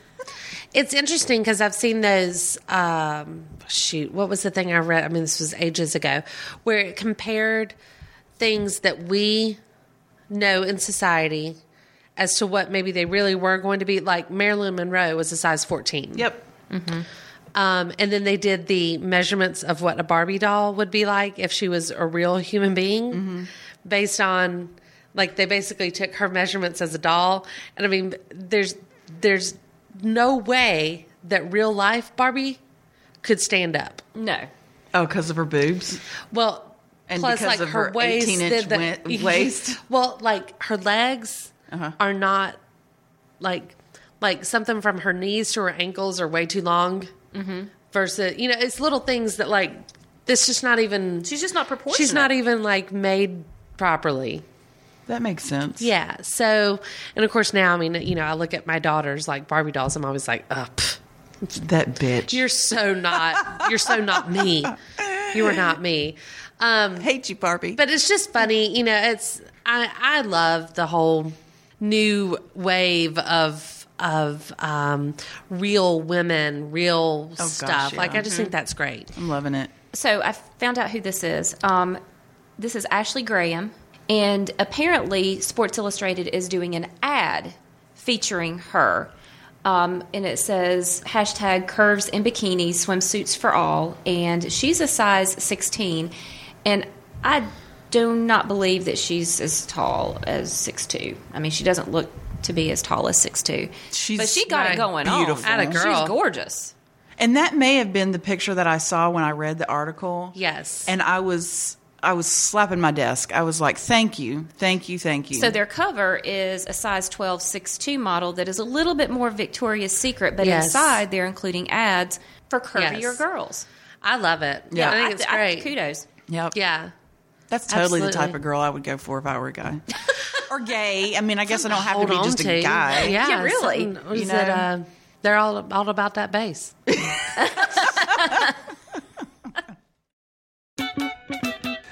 it's interesting because I've seen those um shoot, what was the thing I read? I mean, this was ages ago, where it compared things that we know in society as to what maybe they really were going to be. Like Marilyn Monroe was a size 14.
Yep.
Um, and then they did the measurements of what a Barbie doll would be like if she was a real human being based on like they basically took her measurements as a doll. And I mean there's there's no way that real life Barbie could stand up.
No.
Oh, because of her boobs.
Well,
And
plus
because
like
of
her,
her
waist,
18-inch
the-
wi- waist. Uh-huh.
well, like her legs are not like like something from her knees to her ankles are way too long.
Mm-hmm.
Versus, you know, it's little things that like this just not even
She's just not proportionate.
she's not even like made properly.
That makes sense.
Yeah. So, and of course now, I mean, you know, I look at my daughters like Barbie dolls. I'm always like, oh, pff,
That bitch.
you're so not, you're so not me. You are not me. Um,
hate you, Barbie.
but it's just funny you know it's i i love the whole new wave of of um real women real
Oh, gosh,
stuff
yeah. Mm-hmm.
like i just think that's great
I'm loving it.
So I found out who this is. Um, this is Ashley Graham, and apparently Sports Illustrated is doing an ad featuring her. Um, and it says hashtag curves in bikinis, swimsuits for all. And she's a size 16. And I do not believe that she's as tall as 6'2. I mean, she doesn't look to be as tall as 6'2.
She's
but she got
right.
it going
Beautiful.
on.
Atta girl.
She's gorgeous.
And that may have been the picture that I saw when I read the article.
yes
And I was I was slapping my desk. I was like, "Thank you, thank you, thank you."
So their cover is a size 12 6'2 model that is a little bit more Victoria's Secret, but
Yes.
inside they're including ads for curvier
Yes.
girls.
i love it
Yeah.
i think it's great
kudos.
yep.
yeah
That's totally the type
Absolutely.
of girl I would go for if I were a guy or gay. I mean, I guess I don't have to
hold
be
on
just
to
a guy.
yeah,
Yeah, really,
something- was
you
it,
know?
uh, they're all all about that bass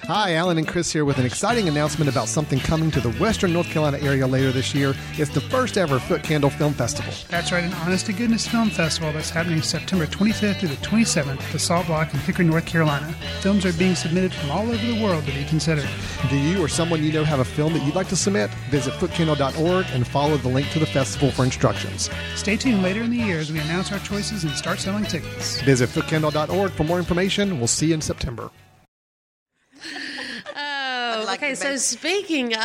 Hi, Alan and Chris here with an exciting announcement about something coming to the Western North Carolina area later this year. It's the first ever Foot Candle Film Festival.
That's right, an honest to goodness film festival that's happening September 25th through the 27th at the Salt Block in Pickering, North Carolina. Films are being submitted from all over the world to be considered.
Do you or someone you know have a film that you'd like to submit? Visit footcandle.org and follow the link to the festival for instructions.
Stay tuned later in the year as we announce our choices and start selling tickets.
Visit footcandle.org for more information. We'll see you in September.
oh
like
okay
the
so
bass.
speaking of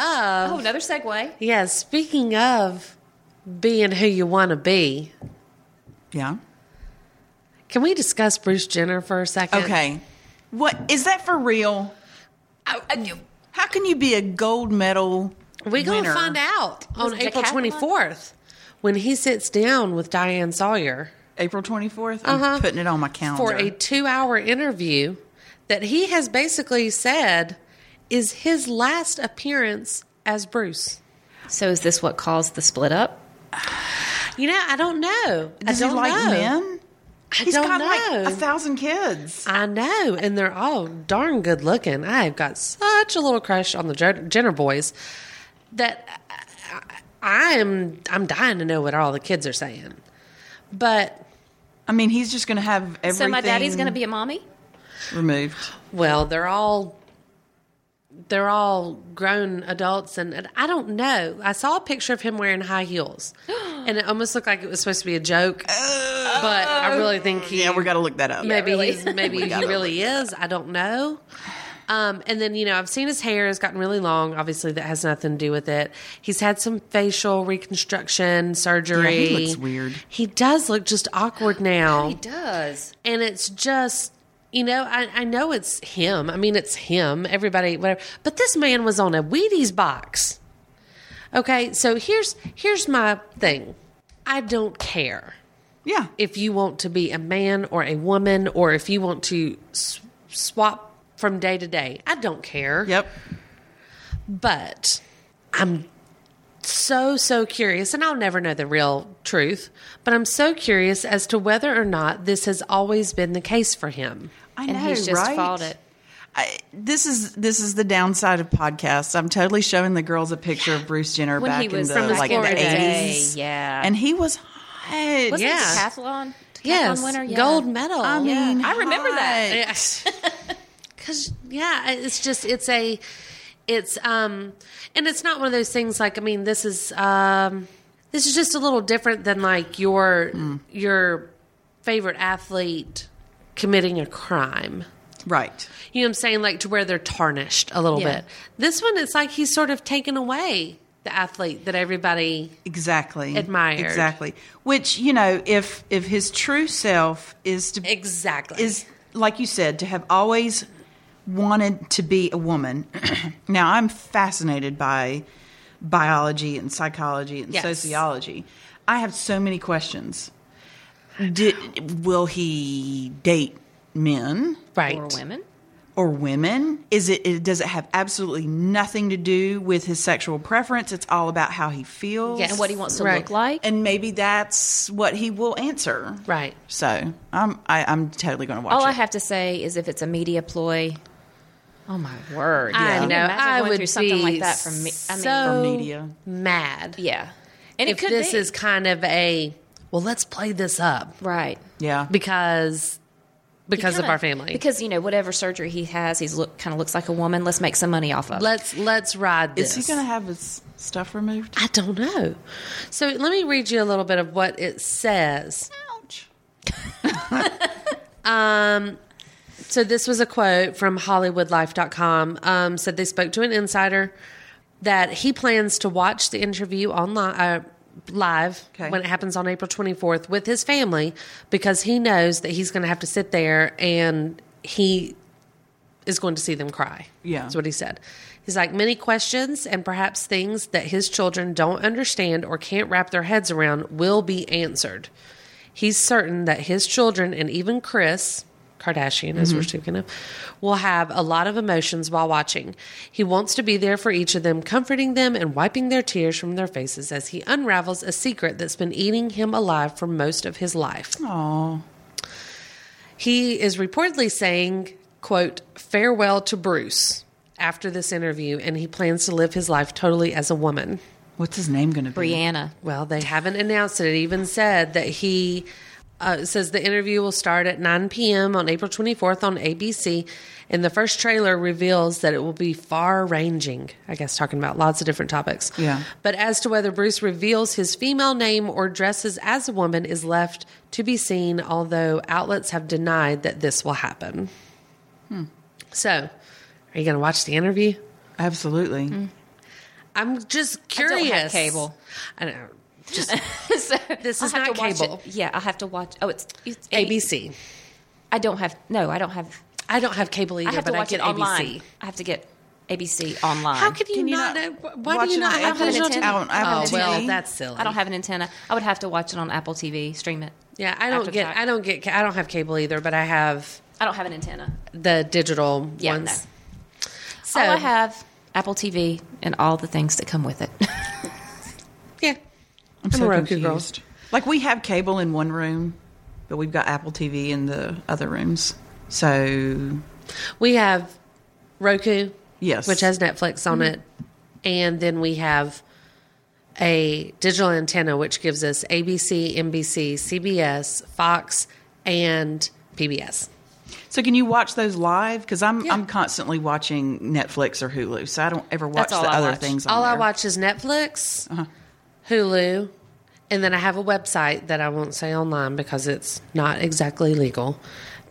Oh, another segue.
yeah speaking of being who you want to be
Yeah.
Can we discuss Bruce Jenner for a second?
Okay. What is that for real? How can you be a gold medal?
We're going to
winner?
find out on
Was it
April
Decathlon?
24th when he sits down with Diane Sawyer
April 24th. I'm Uh-huh. putting it on my calendar.
Uh-huh. for a two hour interview that he has basically said is his last appearance as Bruce.
So is this what caused the split up?
You know, I don't know.
Does
I
he
don't
like
know.
men?
I
He's
don't
got
know.
like a thousand kids.
I know, and they're all darn good looking. I've got such a little crush on the Jen- Jenner boys that I- I- I'm I'm dying to know what all the kids are saying. But
I mean, he's just going to have everything.
So my daddy's going to be a mommy?
removed.
well, they're all they're all grown adults, and, and I don't know. I saw a picture of him wearing high heels, and it almost looked like it was supposed to be a joke, but I really think he
Oh. Yeah, we got to look that up.
maybe he's maybe he really is. I don't know. Um, and then you know I've seen his hair has gotten really long. Obviously, that has nothing to do with it. He's had some facial reconstruction surgery.
Yeah, he looks weird.
He does look just awkward now,
He does.
and it's just you know I, I know it's him. I mean it's him. Everybody whatever. But this man was on a Wheaties box. Okay, so here's here's my thing. I don't care
Yeah.
if you want to be a man or a woman or if you want to s- swap from day to day. I don't care.
Yep.
But I'm so, so curious, and I'll never know the real truth, but I'm so curious as to whether or not this has always been the case for him.
I
And
know,
he's just
right?
fought it.
I, this is this is the downside of podcasts. I'm totally showing the girls a picture of Bruce Jenner
When
back
he was
in
from
the
his
like
glory
the
days.
80s.
Yeah.
and he was hot.
Wasn't
Yeah.
it decathlon? Decathlon
Yes.
winner? Yeah.
Gold medal.
I mean,
I remember that.
hot.
Yes. Cause yeah, it's just it's a It's um and it's not one of those things like I mean this is um this is just a little different than like your
Mm.
your favorite athlete committing a crime.
Right.
You know what I'm saying? Like to where they're tarnished a little
Yeah.
bit. This one it's like he's sort of taken away the athlete that everybody
Exactly.
Admired.
Exactly. Which, you know, if if his true self is to
Exactly.
is like you said to have always wanted to be a woman. now, I'm fascinated by biology and psychology and
Yes.
sociology. I have so many questions. Did will he date men?
right.
Or women.
or women? Is it, it does it have absolutely nothing to do with his sexual preference? It's all about how he feels.
Yes.
And what he wants to
Right.
look like.
And maybe that's what he will answer.
Right.
So I'm I, I'm totally going to watch
All
it.
I have to say is if it's a media ploy. Oh my word!
I
Can you
know.
imagine
I
going
would
through something
be
like that from me. I mean,
so
media.
mad.
yeah, and
if
it could
this
be
is kind of a well, let's play this up
right
yeah.
because because of
Kinda-
our family.
Because you know whatever surgery he has, he's look kind of looks like a woman. Let's make some money off of. it.
let's let's ride
Is
this.
he going to have his stuff removed?
I don't know. So let me read you a little bit of what it says.
Ouch.
Um, So this was a quote from HollywoodLife.com. Um, said they spoke to an insider that he plans to watch the interview online uh, live
Okay.
when it happens on April 24th with his family because he knows that he's going to have to sit there and he is going to see them cry.
Yeah.
That's what he said. He's like, many questions and perhaps things that his children don't understand or can't wrap their heads around will be answered. He's certain that his children and even Chris Kardashian, as we're speaking of, will have a lot of emotions while watching. He wants to be there for each of them, comforting them and wiping their tears from their faces as he unravels a secret that's been eating him alive for most of his life.
Oh,
He is reportedly saying, quote, farewell to Bruce after this interview, and he plans to live his life totally as a woman.
what's his name going to be?
Brianna.
Well, they haven't announced it. It even said that he uh, says the interview will start at 9 p.m. on April 24th on ABC. And the first trailer reveals that it will be far ranging, I guess, talking about lots of different topics.
Yeah.
But as to whether Bruce reveals his female name or dresses as a woman is left to be seen, although outlets have denied that this will happen. So, are you going to watch the interview?
Absolutely.
Mm. I'm just
don't have
curious.
cable.
I know. Just
So
This
I'll
is
have
not
to watch
cable.
it. Yeah, I have to watch. Oh, it's, it's
ABC.
I don't have. No, I don't have.
I don't have cable either,
I have
but
to watch
I get
it online.
ABC.
I have to get ABC online.
How could you, not, know? Why do you not
I
have
don't
an
digital
antenna.
I don't, I
Oh
don't have
well,
TV.
that's silly.
I don't have an antenna. I would have to watch it on Apple TV. Stream it.
Yeah, I don't
After the
get.
fact.
I don't get. I don't have cable either, but I have
I don't have an antenna.
the digital
Yeah,
ones. So
So I have Apple TV and all the things that come with it.
Yeah,
I'm
a
so
Roku girl.
confused. Like we have cable in one room, but we've got Apple TV in the other rooms. So
we have Roku,
yes, Mm-hmm.
which has Netflix on it, and then we have a digital antenna which gives us ABC, NBC, CBS, Fox, and PBS.
So can you watch those live? Because I'm
Yeah.
I'm constantly watching Netflix or Hulu, so I don't ever watch
That's
the
all I
other
watch.
things. On
All I
there. Uh-huh.
watch is Netflix, Hulu, and then I have a website that I won't say online because it's not exactly legal.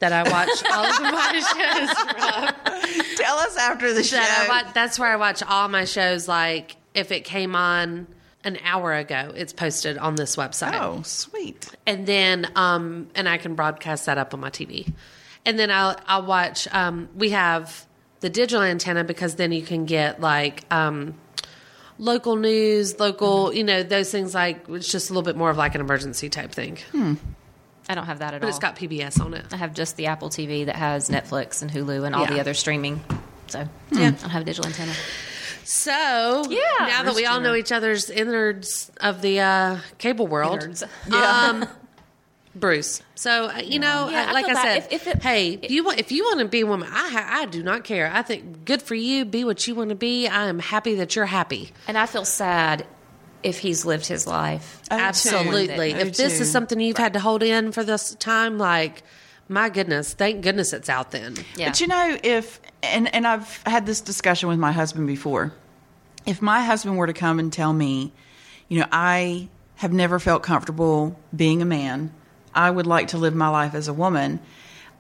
That I watch all of my shows.
Tell us after the show.
That I watch, that's where I watch all my shows. Like if it came on an hour ago, it's posted on this website,
oh, sweet.
and then um, and I can broadcast that up on my TV, and then I'll I'll watch. Um, we have the digital antenna because then you can get like. Um, local news, local, you know, those things like it's just a little bit more of like an emergency type thing.
I don't have that at
But
all.
it's got PBS on it.
I have just the Apple TV that has Netflix and Hulu and all
Yeah.
the other streaming. So yeah, I don't have a digital antenna.
So yeah, now that we all know each other's innards of the uh, cable world,
Innards.
um, Bruce. So uh, you know,
Yeah,
I-
I
like I
feel
said,
bad. If- if it-
hey, if you want if you want to be a woman, I ha- I do not care. I think good for you. Be what you want to be. I am happy that you're happy.
And I feel sad if he's lived his life.
Oh,
I do too.
Absolutely.
I do
If this
too.
is something you've had to hold in for this time, like My goodness, thank goodness it's out then.
Yeah.
But you know, if and and I've had this discussion with my husband before. If my husband were to come and tell me, you know, I have never felt comfortable being a man. I would like to live my life as a woman.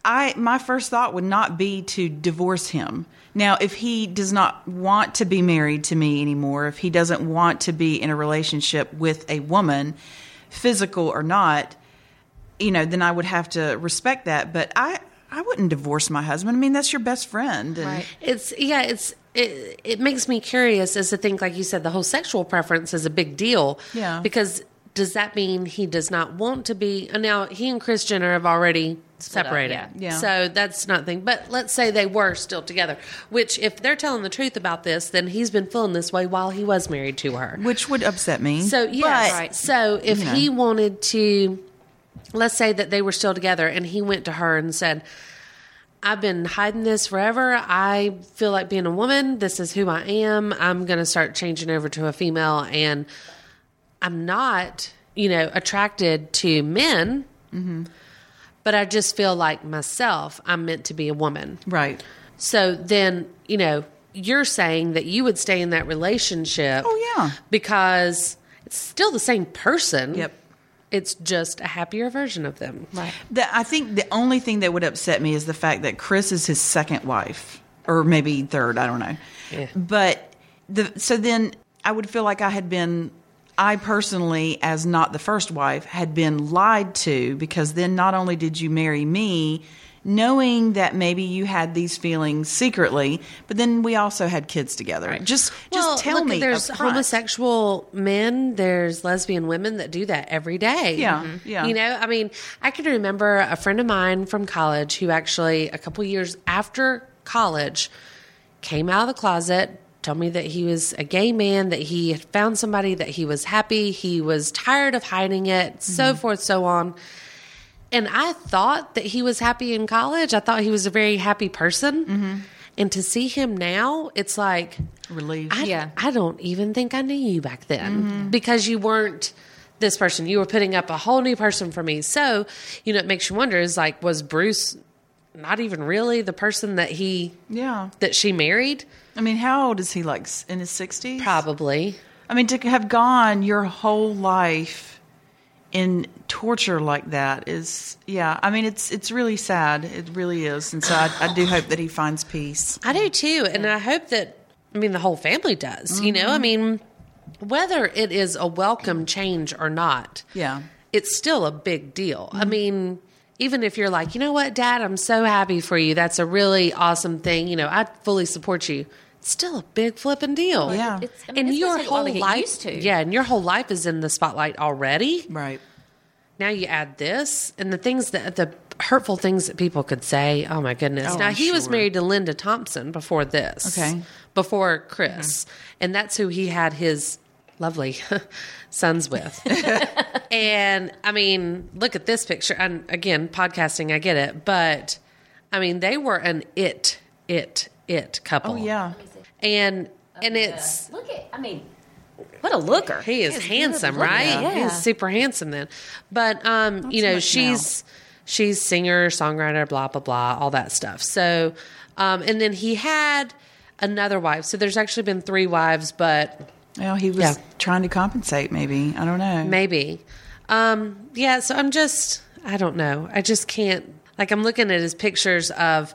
I my first thought would not be to divorce him. Now, if he does not want to be married to me anymore, if he doesn't want to be in a relationship with a woman, physical or not, you know, then I would have to respect that. But I, I wouldn't divorce my husband. I mean, that's your best friend. And
Right.
It's yeah, it's it, it makes me curious as to think like you said the whole sexual preference is a big deal.
Yeah.
Because does that mean he does not want to be and now he and Chris Jenner have already
Split up,
separated.
yeah. Yeah.
So that's nothing. But let's say they were still together, which if they're telling the truth about this, then he's been feeling this way while he was married to her.
Which would upset me.
So yes,
But-
Right.
Mm-hmm. so if
you know.
he wanted to, let's say that they were still together, and he went to her and said, "I've been hiding this forever. I feel like being a woman. This is who I am. I'm going to start changing over to a female, and I'm not, you know, attracted to men." Mm-hmm. But I just feel like myself, I'm meant to be a woman.
Right.
So then, you know, you're saying that you would stay in that relationship.
Oh, yeah.
Because it's still the same person.
Yep.
It's just a happier version of them. Right.
The, I think the only thing that would upset me is the fact that Chris is his second wife, or maybe third. I don't know. But the so then I would feel like I had been. I personally, as not the first wife, had been lied to because then not only did you marry me, knowing that maybe you had these feelings secretly, but then we also had kids together. Just, just
well,
tell
look,
me.
There's
up front.
homosexual men, there's lesbian women that do that every day. Mm-hmm.
Yeah, Mhm. yeah.
You know, I mean, I can remember a friend of mine from college who actually, a couple years after college, came out of the closet, told me that he was a gay man, that he had found somebody, that he was happy, he was tired of hiding it,
Mm-hmm.
so forth, so on. And I thought that he was happy in college. I thought he was a very happy person.
Mm-hmm.
And to see him now, it's like
Relieved.
I,
Yeah.
I don't even think I knew you back then because you weren't this person. You were putting up a whole new person for me. So, you know, it makes you wonder is like, was Bruce not even really the person that he,
Yeah.
that she married?
I mean, how old is he? Like s- in his 60s?
Probably.
I mean, to have gone your whole life in torture like that is, yeah. I mean, it's it's really sad. It really is, and so I, I do hope that he finds peace.
I do too. And I hope that, I mean, the whole family does, you know, I
Mm-hmm.
mean, whether it is a welcome change or not,
Yeah, Mm-hmm.
it's still a big deal. I mean, even if you're like, you know what, dad, I'm so happy for you. That's a really awesome thing. You know, I fully support you. It's still a big flipping deal.
Yeah.
It's- I mean, it's gonna take a while to get
life,
used to.
yeah, and your whole life is in the spotlight already.
right.
Now you add this, and the things that the hurtful things that people could say. Oh my goodness!
Oh,
now
I'm
he was
sure.
married to Linda Thompson before this.
Okay. Mm-hmm.
before Chris, and that's who he had his lovely sons with. and I mean, look at this picture. And again, podcasting, I get it, but I mean, they were an it, it, it couple.
Oh yeah,
and and it's
Look at, I mean, what a looker.
he is handsome, right?
Yeah.
He's super handsome then. But um, you know,
much now.
she's she's singer, songwriter, blah blah blah, all that stuff. So um and then he had another wife. So there's actually been three wives, but
well, he was
Yeah.
trying to compensate. Maybe I don't know.
maybe. Um yeah, so I'm just I don't know. I just can't like I'm looking at his pictures of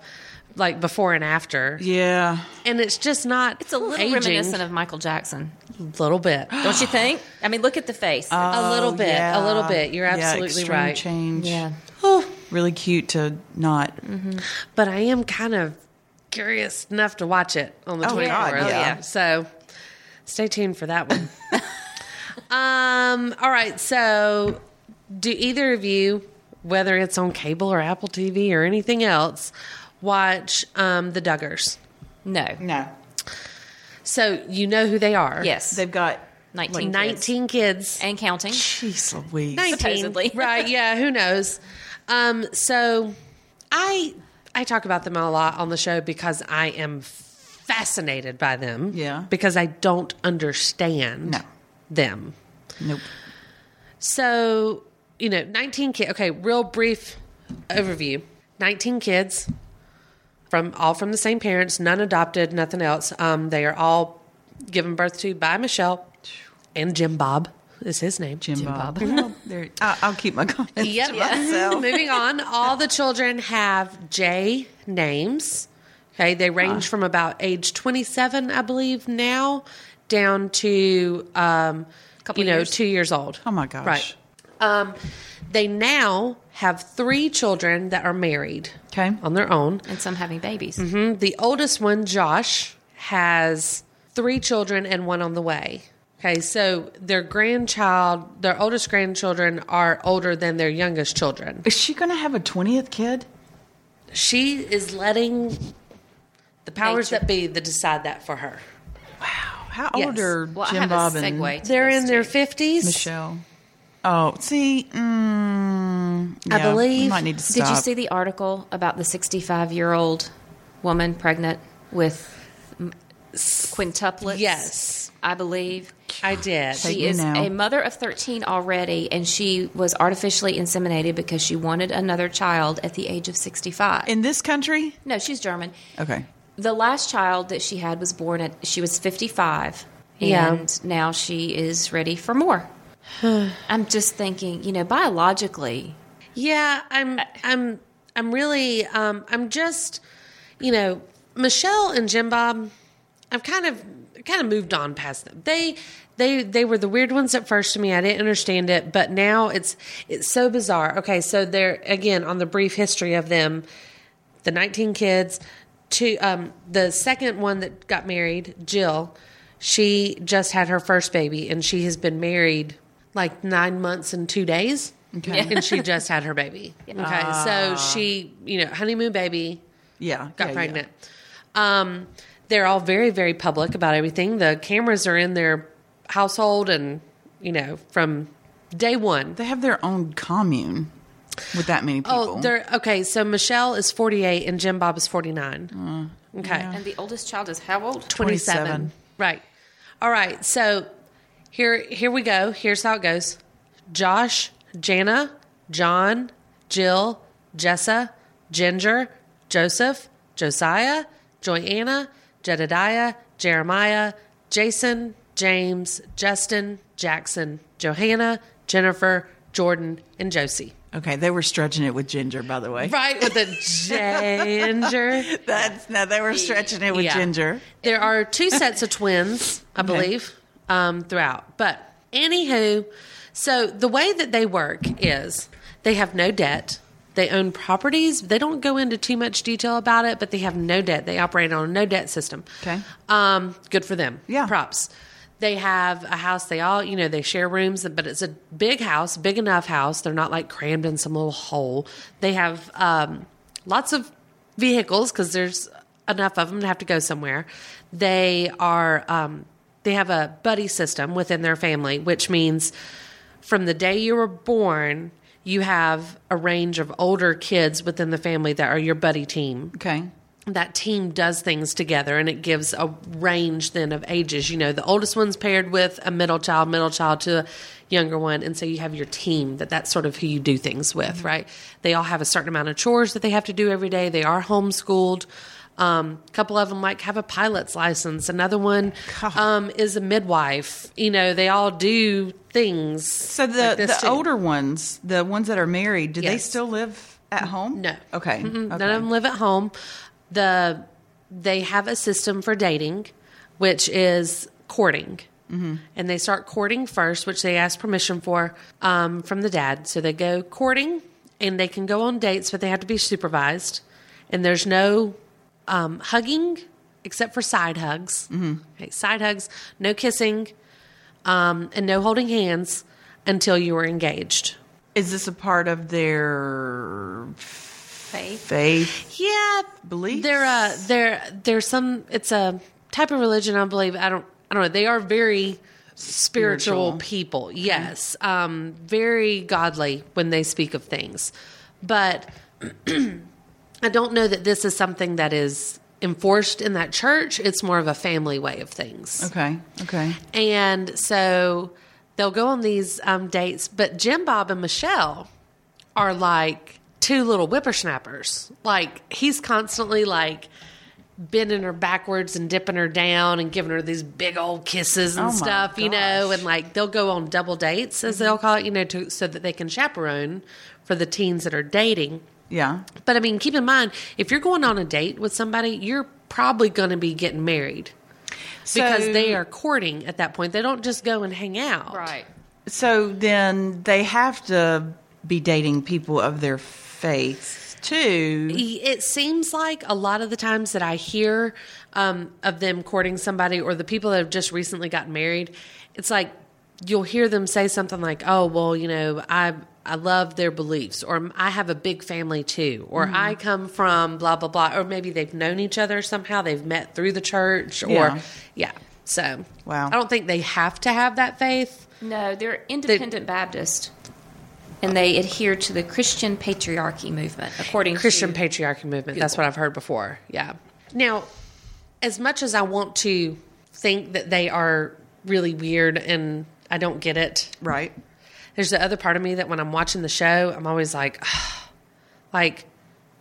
like before and after.
Yeah,
And it's just not
It's a little
aging.
reminiscent of Michael Jackson,
little bit.
don't you think? I mean, look at the face.
a little bit.
Yeah.
A little bit. You're
Yeah,
absolutely
extreme
right.
Change.
yeah.
Really cute to not.
but I am kind of curious enough to watch it on the
Oh,
24th.
God, yeah.
So stay tuned for that one. um, all right. So, do either of you, whether it's on cable or Apple TV or anything else, watch um, The Duggars?
No.
No,
So, you know who they are.
Yes.
they've got.
19. kids.
19 kids.
And counting.
Jeez Louise.
19.
Supposedly.
right, yeah, who knows. Um, so I I talk about them a lot on the show because I am fascinated by them.
Yeah.
Because I don't understand
No.
them.
Nope.
So, you know, 19 kids. Okay, real brief overview. 19 kids from all from the same parents, none adopted, nothing else. Um, they are all given birth to by Michelle and Jim Bob is his name.
Jim, Bob. Well, there, I, I'll keep my comments
Yep. Mm-hmm.
to myself.
Moving on, all the children have J names. Okay,
Ah.
they range from about age 27, I believe, now down to um,
Couple
you know
years.
two years old.
Oh, my gosh.
Right. Um, they now have three children that are married.
Okay.
on their own.
and some having babies.
Mhm. The oldest one, Josh, has three children and one on the way. Okay, so their grandchild, their oldest grandchildren are older than their youngest children.
Is she going to have a 20th kid?
She is letting the powers
Nature.
that be to decide that for her.
How
Yes.
old are
Well,
Jim
I have
Bob
a
and
segue. to
They're
this,
in their
too.
50s.
Michelle? Oh, see, mm,
I
yeah, we
believe-
might need to
Did
stop.
you see the article about the 65 year old woman pregnant with m- quintuplets?
Yes,
I believe.
I did.
Take
She
me
is
now.
a mother of 13 already, and she was artificially inseminated because she wanted another child at the age of 65.
in this country?
no, she's German.
Okay,
The last child that she had was born at, she was 55,
Yeah.
and now she is ready for more. I'm just thinking, you know, biologically,
Yeah, I'm I'm I'm really um I'm just you know, Michelle and Jim Bob, I've kind of kind of moved on past them. They they they were the weird ones at first to me. I didn't understand it, but now it's it's so bizarre. Okay, so they're again on the brief history of them, the 19 kids, two um the second one that got married, Jill, she just had her first baby and she has been married like 9 months and 2 days. Okay. And she just had her baby. Okay. So she, you know, honeymoon baby,
yeah,
got
yeah,
pregnant. Um, they're all very, very public about everything. The cameras are in their household, and you know, from day one.
Yeah. They have their own commune with that many people.
Oh, they're okay. So Michelle is forty-eight, and Jim Bob is forty-nine.
Mm.
okay,
and the oldest child is how old?
27.
27.
Right. All right. So here here we go. Here's how it goes. Josh, Jana, John, Jill, Jessa, Ginger, Joseph, Josiah, Joyanna, Jedediah, Jeremiah, Jason, James, Justin, Jackson, Johanna, Jennifer, Jordan, and Josie.
okay, they were stretching it with ginger, by the way.
Right with the ginger.
That's no, they were stretching it with
Yeah.
ginger.
There are two sets of twins, I believe, um, throughout. But anywho, so the way that they work is they have no debt. They own properties. They don't go into too much detail about it, but they have no debt. They operate on a no debt system.
Okay.
Um, good for them.
Yeah.
Props. They have a house. They all, you know, they share rooms, but it's a big house, big enough house. They're not like crammed in some little hole. They have um, lots of vehicles because there's enough of them to have to go somewhere. They are. Um, they have a buddy system within their family, which means from the day you were born, you have a range of older kids within the family that are your buddy team
Okay,
that team does things together and it gives a range then of ages you know the oldest one's paired with a middle child middle child to a younger one and so you have your team that that's sort of who you do things with right they all have a certain amount of chores that they have to do every day they are homeschooled um, a couple of them like have a pilot's license another one um, is a midwife you know they all do things
so the
like this
the
too.
older ones, the ones that are married, do they
Yes.
still live at home?
No.
Okay.
Mm-mm.
okay.
None of them live at home. The they have a system for dating, which is courting.
Mm-hmm.
And they start courting first, which they ask permission for um, from the dad. So they go courting, and they can go on dates, but they have to be supervised. And there's no um, hugging except for side hugs.
Mm-hmm.
Okay, side hugs, no kissing, um, and no holding hands until you are engaged.
Is this a part of their
Faith.
faith?
Yeah,
Beliefs?
They're uh, they're there's some. It's a type of religion, I believe. I don't. I don't know. They are very spiritual,
Spiritual.
people. Yes, um, very godly when they speak of things, but I don't know that this is something that is enforced in that church. It's more of a family way of things.
Okay. Okay.
And so they'll go on these um, dates. But Jim Bob and Michelle are like two little whippersnappers. Like he's constantly like bending her backwards and dipping her down and giving her these big old kisses and
Oh my
stuff, you know,
gosh. Mm-hmm.
and like they'll go on double dates as they'll call it, you know, to, so that they can chaperone for the teens that are dating.
Yeah.
But I mean, keep in mind, if you're going on a date with somebody, you're probably going to be getting married because
So-
they are courting at that point. They don't just go and hang out.
So then they have to be dating people of their faith too.
It seems like a lot of the times that I hear um, of them courting somebody or the people that have just recently gotten married, it's like you'll hear them say something like, "Oh, well, you know, I I love their beliefs," or "I have a big family too," or "I come from blah blah blah," or maybe they've known each other somehow, they've met through the church, or yeah.
Yeah.
So
Wow.
I don't think they have to have that faith.
No, they're independent Baptist, and they adhere to the Christian patriarchy movement, according
Christian
to
patriarchy movement. That's what I've heard before. Yeah. Now, as much as I want to think that they are really weird and I don't get it,
Right.
there's the other part of me that when I'm watching the show, I'm always like, "Ah," like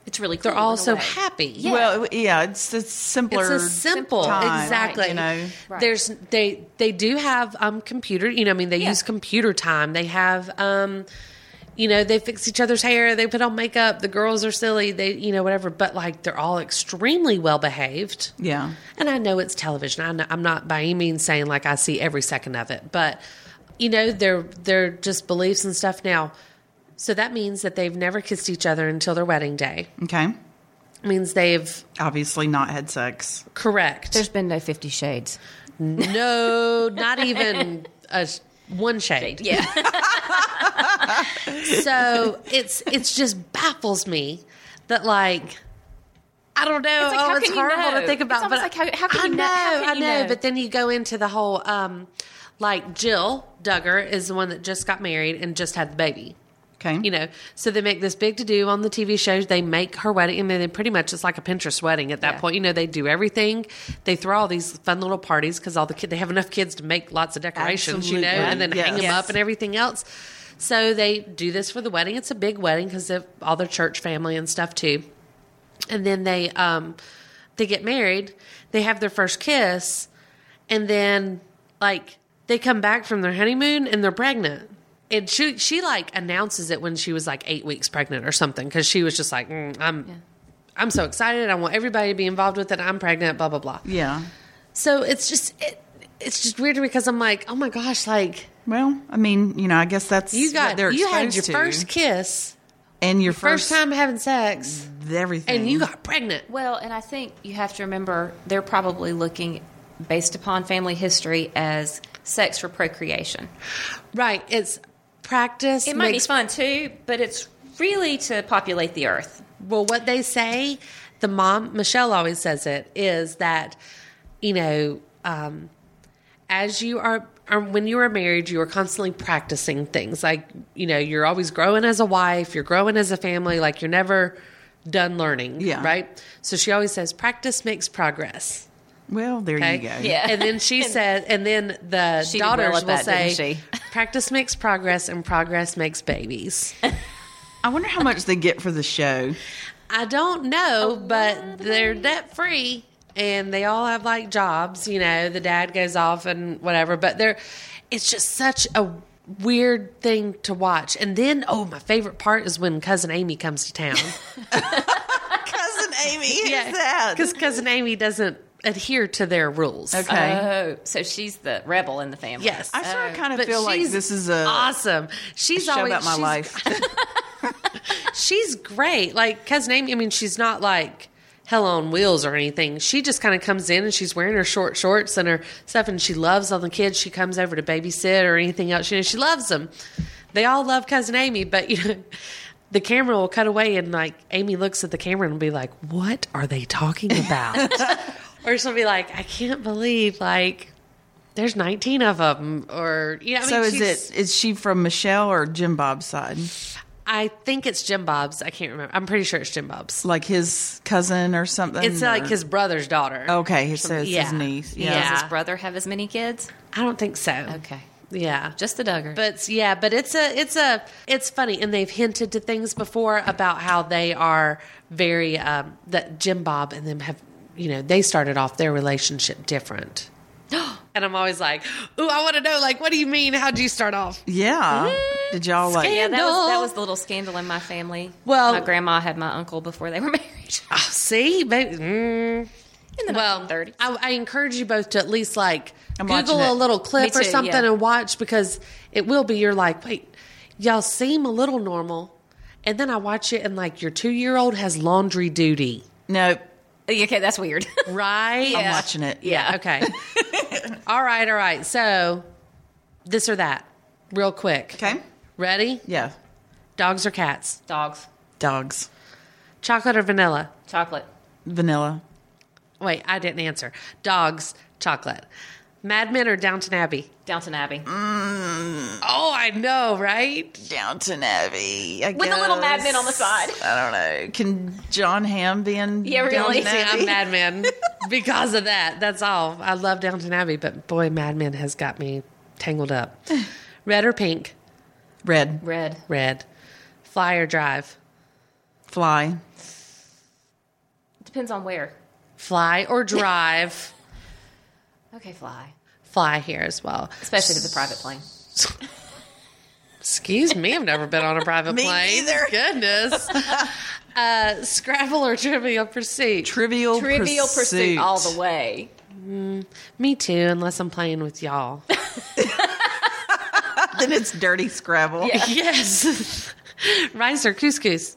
It's really cool.
they're all
in a
so
way.
happy.
Yeah.
Well, yeah, it's a simpler.
It's a simple,
time,
exactly.
You know,
Right.
There's they they do have um computer. You know, I mean, they
Yeah.
use computer time. They have um, you know, they fix each other's hair. They put on makeup. The girls are silly. They you know whatever. But like they're all extremely well behaved.
yeah.
And I know it's television. I know, I'm not by any means saying like I see every second of it, but you know, they're they're just beliefs and stuff now. So that means that they've never kissed each other until their wedding day.
Okay.
means they've
Obviously not had sex.
correct.
There's been no Fifty Shades. Mm-hmm.
No, not even a sh- one shade.
Yeah.
So it's it's just baffles me that like I don't know.
It's like,
oh,
how
it's
can you
horrible
know?
to think
It's
about.
almost like, how- how can
I
you know? How
know,
can
I
you
know,
know?
But then you go into the whole um, like Jill Duggar is the one that just got married and just had the baby.
Okay.
You know, so they make this big to do on the TV shows. They make her wedding, and then they pretty much it's like a Pinterest wedding at that
Yeah.
point. You know, they do everything. They throw all these fun little parties because all the kid they have enough kids to make lots of decorations, you know,
Absolutely.
and then hang them
Yes.
up and everything else. So they do this for the wedding. It's a big wedding because of all their church family and stuff too. And then they um they get married. They have their first kiss, and then like they come back from their honeymoon and they're pregnant. And she she like announces it when she was like eight weeks pregnant or something because she was just like "Mm, I'm I'm so excited I want everybody to be involved with it I'm pregnant blah blah blah.
Yeah.
So it's just it, it's just weird because I'm like oh my gosh like
Well, I mean, you know, I guess that's
you
what
got
they're
you had your
exposed to.
first kiss
and your
first,
first,
time having sex
everything.
and you got pregnant.
Well, and I think you have to remember they're probably looking, based upon family history, as sex for procreation.
Right. It's practice.
It might
makes-
be fun too, but it's really to populate the earth.
Well, what they say, the mom, Michelle always says it, is that, you know, um, as you are, or when you are married, you are constantly practicing things. Like, you know, you're always growing as a wife, you're growing as a family, like you're never done learning.
Yeah.
Right. So she always says, practice makes progress.
well, there you go.
Okay?
Yeah.
And then she says, and then the
She did well
daughters
at
will
that,
say,
didn't she?
practice makes progress and progress makes babies.
I wonder how much they get for the show.
I don't know, but they're debt free and they all have like jobs, you know, the dad goes off and whatever, but they're it's just such a weird thing to watch. And then oh, my favorite part is when cousin Amy comes to town.
Cousin Amy, who's that?
Cuz cousin Amy doesn't adhere to their rules.
okay.
Oh, so she's the rebel in the family.
Yes.
I sort of kind
Uh, But
of feel like
she's
this is a
awesome. She's
show
always
about my
she's-
life.
she's great. Like cousin Amy, I mean, she's not like hell on wheels or anything. She just kind of comes in and she's wearing her short shorts and her stuff, and she loves all the kids. She comes over to babysit or anything else. You know, she loves them. They all love cousin Amy, but you know. The camera will cut away and like Amy looks at the camera and be like, "What are they talking about?" or she'll be like, "I can't believe like there's 19 of them." Or yeah, I mean,
so is
she's-
it is she from Michelle or Jim Bob's side?
I think it's Jim Bob's. I can't remember. I'm pretty sure it's Jim Bob's.
Like his cousin or something?
It's
or-
like his brother's daughter.
Okay, so it's
yeah.
his niece.
Yeah.
Yeah.
Does his brother have as many kids?
I don't think so.
Okay.
Yeah.
Just the Duggar.
But yeah, but it's a it's a it's funny, and they've hinted to things before about how they are very um, that Jim Bob and them have you know they started off their relationship different, and I'm always like, ooh, I want to know like what do you mean? How would you start off?
Yeah.
Mm-hmm.
Did y'all like?
yeah, that was, that was the little scandal in my family.
Well-
my grandma had my uncle before they were married.
Oh, see, maybe. Mm.
In the
Well,
1930s.
I, I encourage you both to at least like
I'm
Google
watching
a
it.
little clip
Me
or
too,
something
yeah.
and watch because it will be. You're like, wait, y'all seem a little normal, and then I watch it and like your two year old has laundry duty,
Nope.
okay, that's weird.
right?
I'm watching it.
yeah.
Okay. all right. All right. So this or that, real quick.
Okay.
Ready?
Yeah.
Dogs or cats?
Dogs,
Dogs.
Chocolate or vanilla?
chocolate,
Vanilla.
Wait, I didn't answer. Dogs, chocolate. Mad Men or Downton Abbey?
Downton Abbey.
Mm. Oh, I know, right?
Downton Abbey. I
With a little Mad Men on the
guess.
side.
I don't know. Can John Hamm be in?
Yeah, really.
Downton
See,
Abbey?
I'm Mad Men because of that. That's all. I love Downton Abbey, but boy, Mad Men has got me tangled up. Red or pink?
Red
Red.
Red. Fly or drive?
fly.
Depends on where.
Fly or drive?
Okay, fly.
Fly here as well.
Especially if it's a private plane.
Excuse me, I've never been on a private
Me
plane.
neither.
Goodness. Uh, Scrabble or Trivial Pursuit?
Trivial.
Trivial pursuit.
pursuit
all the way.
me too, unless I'm playing with y'all.
Then it's dirty Scrabble.
yes. Rice or couscous?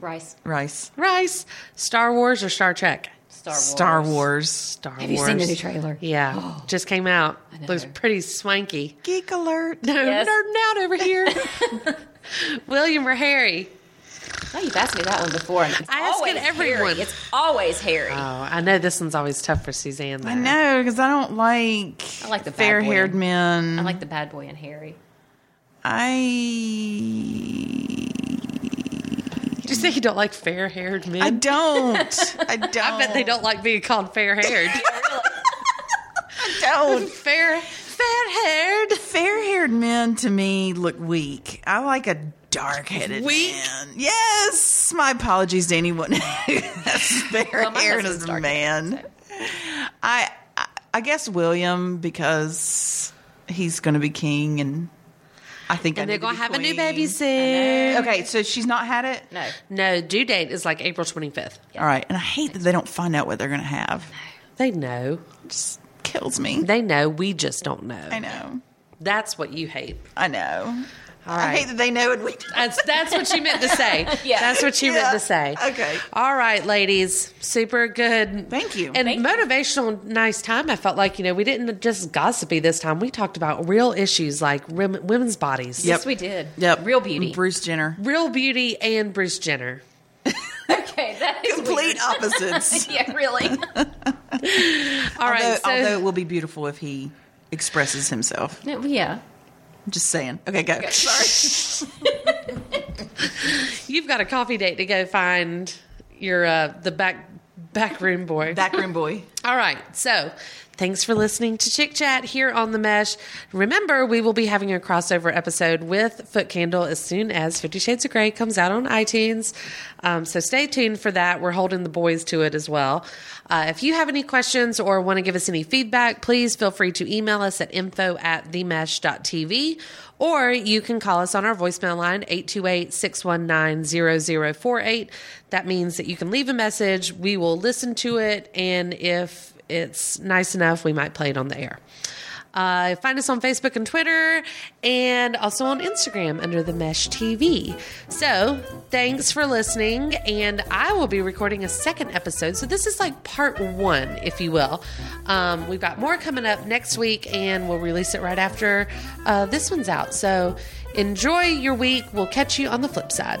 Rice.
Rice.
Rice. Star Wars or Star Trek?
Star Wars.
Star Wars.
Star
Have you
Wars.
seen the new trailer?
Yeah, just came out.
know.
Looks pretty swanky.
Geek alert.
Yes.
Nerding out over here. William or Harry?
Oh, you've asked me that one before. And it's
I ask it
always
everyone.
Hairy. It's always hairy.
Oh, I know this one's always tough for Suzanne. Though.
I know because I don't like.
I like the bad boy.
fair-haired men.
I like the bad boy and hairy.
I.
Did you say you don't like fair-haired men?
I don't. I don't.
I bet they don't like being called fair-haired.
Don't.
fair, fair-haired.
Fair-haired men to me look weak. I like a dark-headed
Weak?
man. Yes. My apologies to anyone who's fair-haired
husband's
as a
dark-headed,
man. I, I I guess William because he's going to be king, and I think I
And they're
need to
gonna
be
have a new
queen.
baby soon.
Okay, so she's not had it.
No.
No, due date is like April 25th.
All right, and I hate that they don't find out what they're going to have.
They know.
It just kills me.
They know. We just don't know.
I know.
That's what you hate.
I know. I
right.
hate that they know and we don't.
That's that's what she meant to say.
Yeah.
That's what she meant
Yeah.
to say.
Okay.
All right, ladies. Super good.
Thank you.
And
Thank you.
motivational, nice time. I felt like you know we didn't just gossipy this time. We talked about real issues like rem- women's bodies,
Yep.
Yes, we did.
Yep.
Real beauty.
Bruce Jenner.
real beauty, and Bruce Jenner.
okay, that is
Complete opposites.
weird. Yeah, really.
All right.
although,
so
although it will be beautiful if he expresses himself.
No, yeah.
Just saying. Okay, go.
you've got a coffee date to go find your uh, the back back room boy.
Backroom boy.
All right. So thanks for listening to Chick Chat here on The Mesh. Remember, we will be having a crossover episode with Foot Candle as soon as Fifty Shades of Grey comes out on iTunes. Um, so stay tuned for that. We're holding the boys to it as well. Uh, if you have any questions or want to give us any feedback, please feel free to email us at info at themesh.tv or you can call us on our voicemail line 828-619-0048 that means that you can leave a message we will listen to it and if it's nice enough we might play it on the air uh, find us on facebook and twitter and also on instagram under the mesh tv so thanks for listening and i will be recording a second episode so this is like part one if you will um, we've got more coming up next week and we'll release it right after uh, this one's out so enjoy your week we'll catch you on the flip side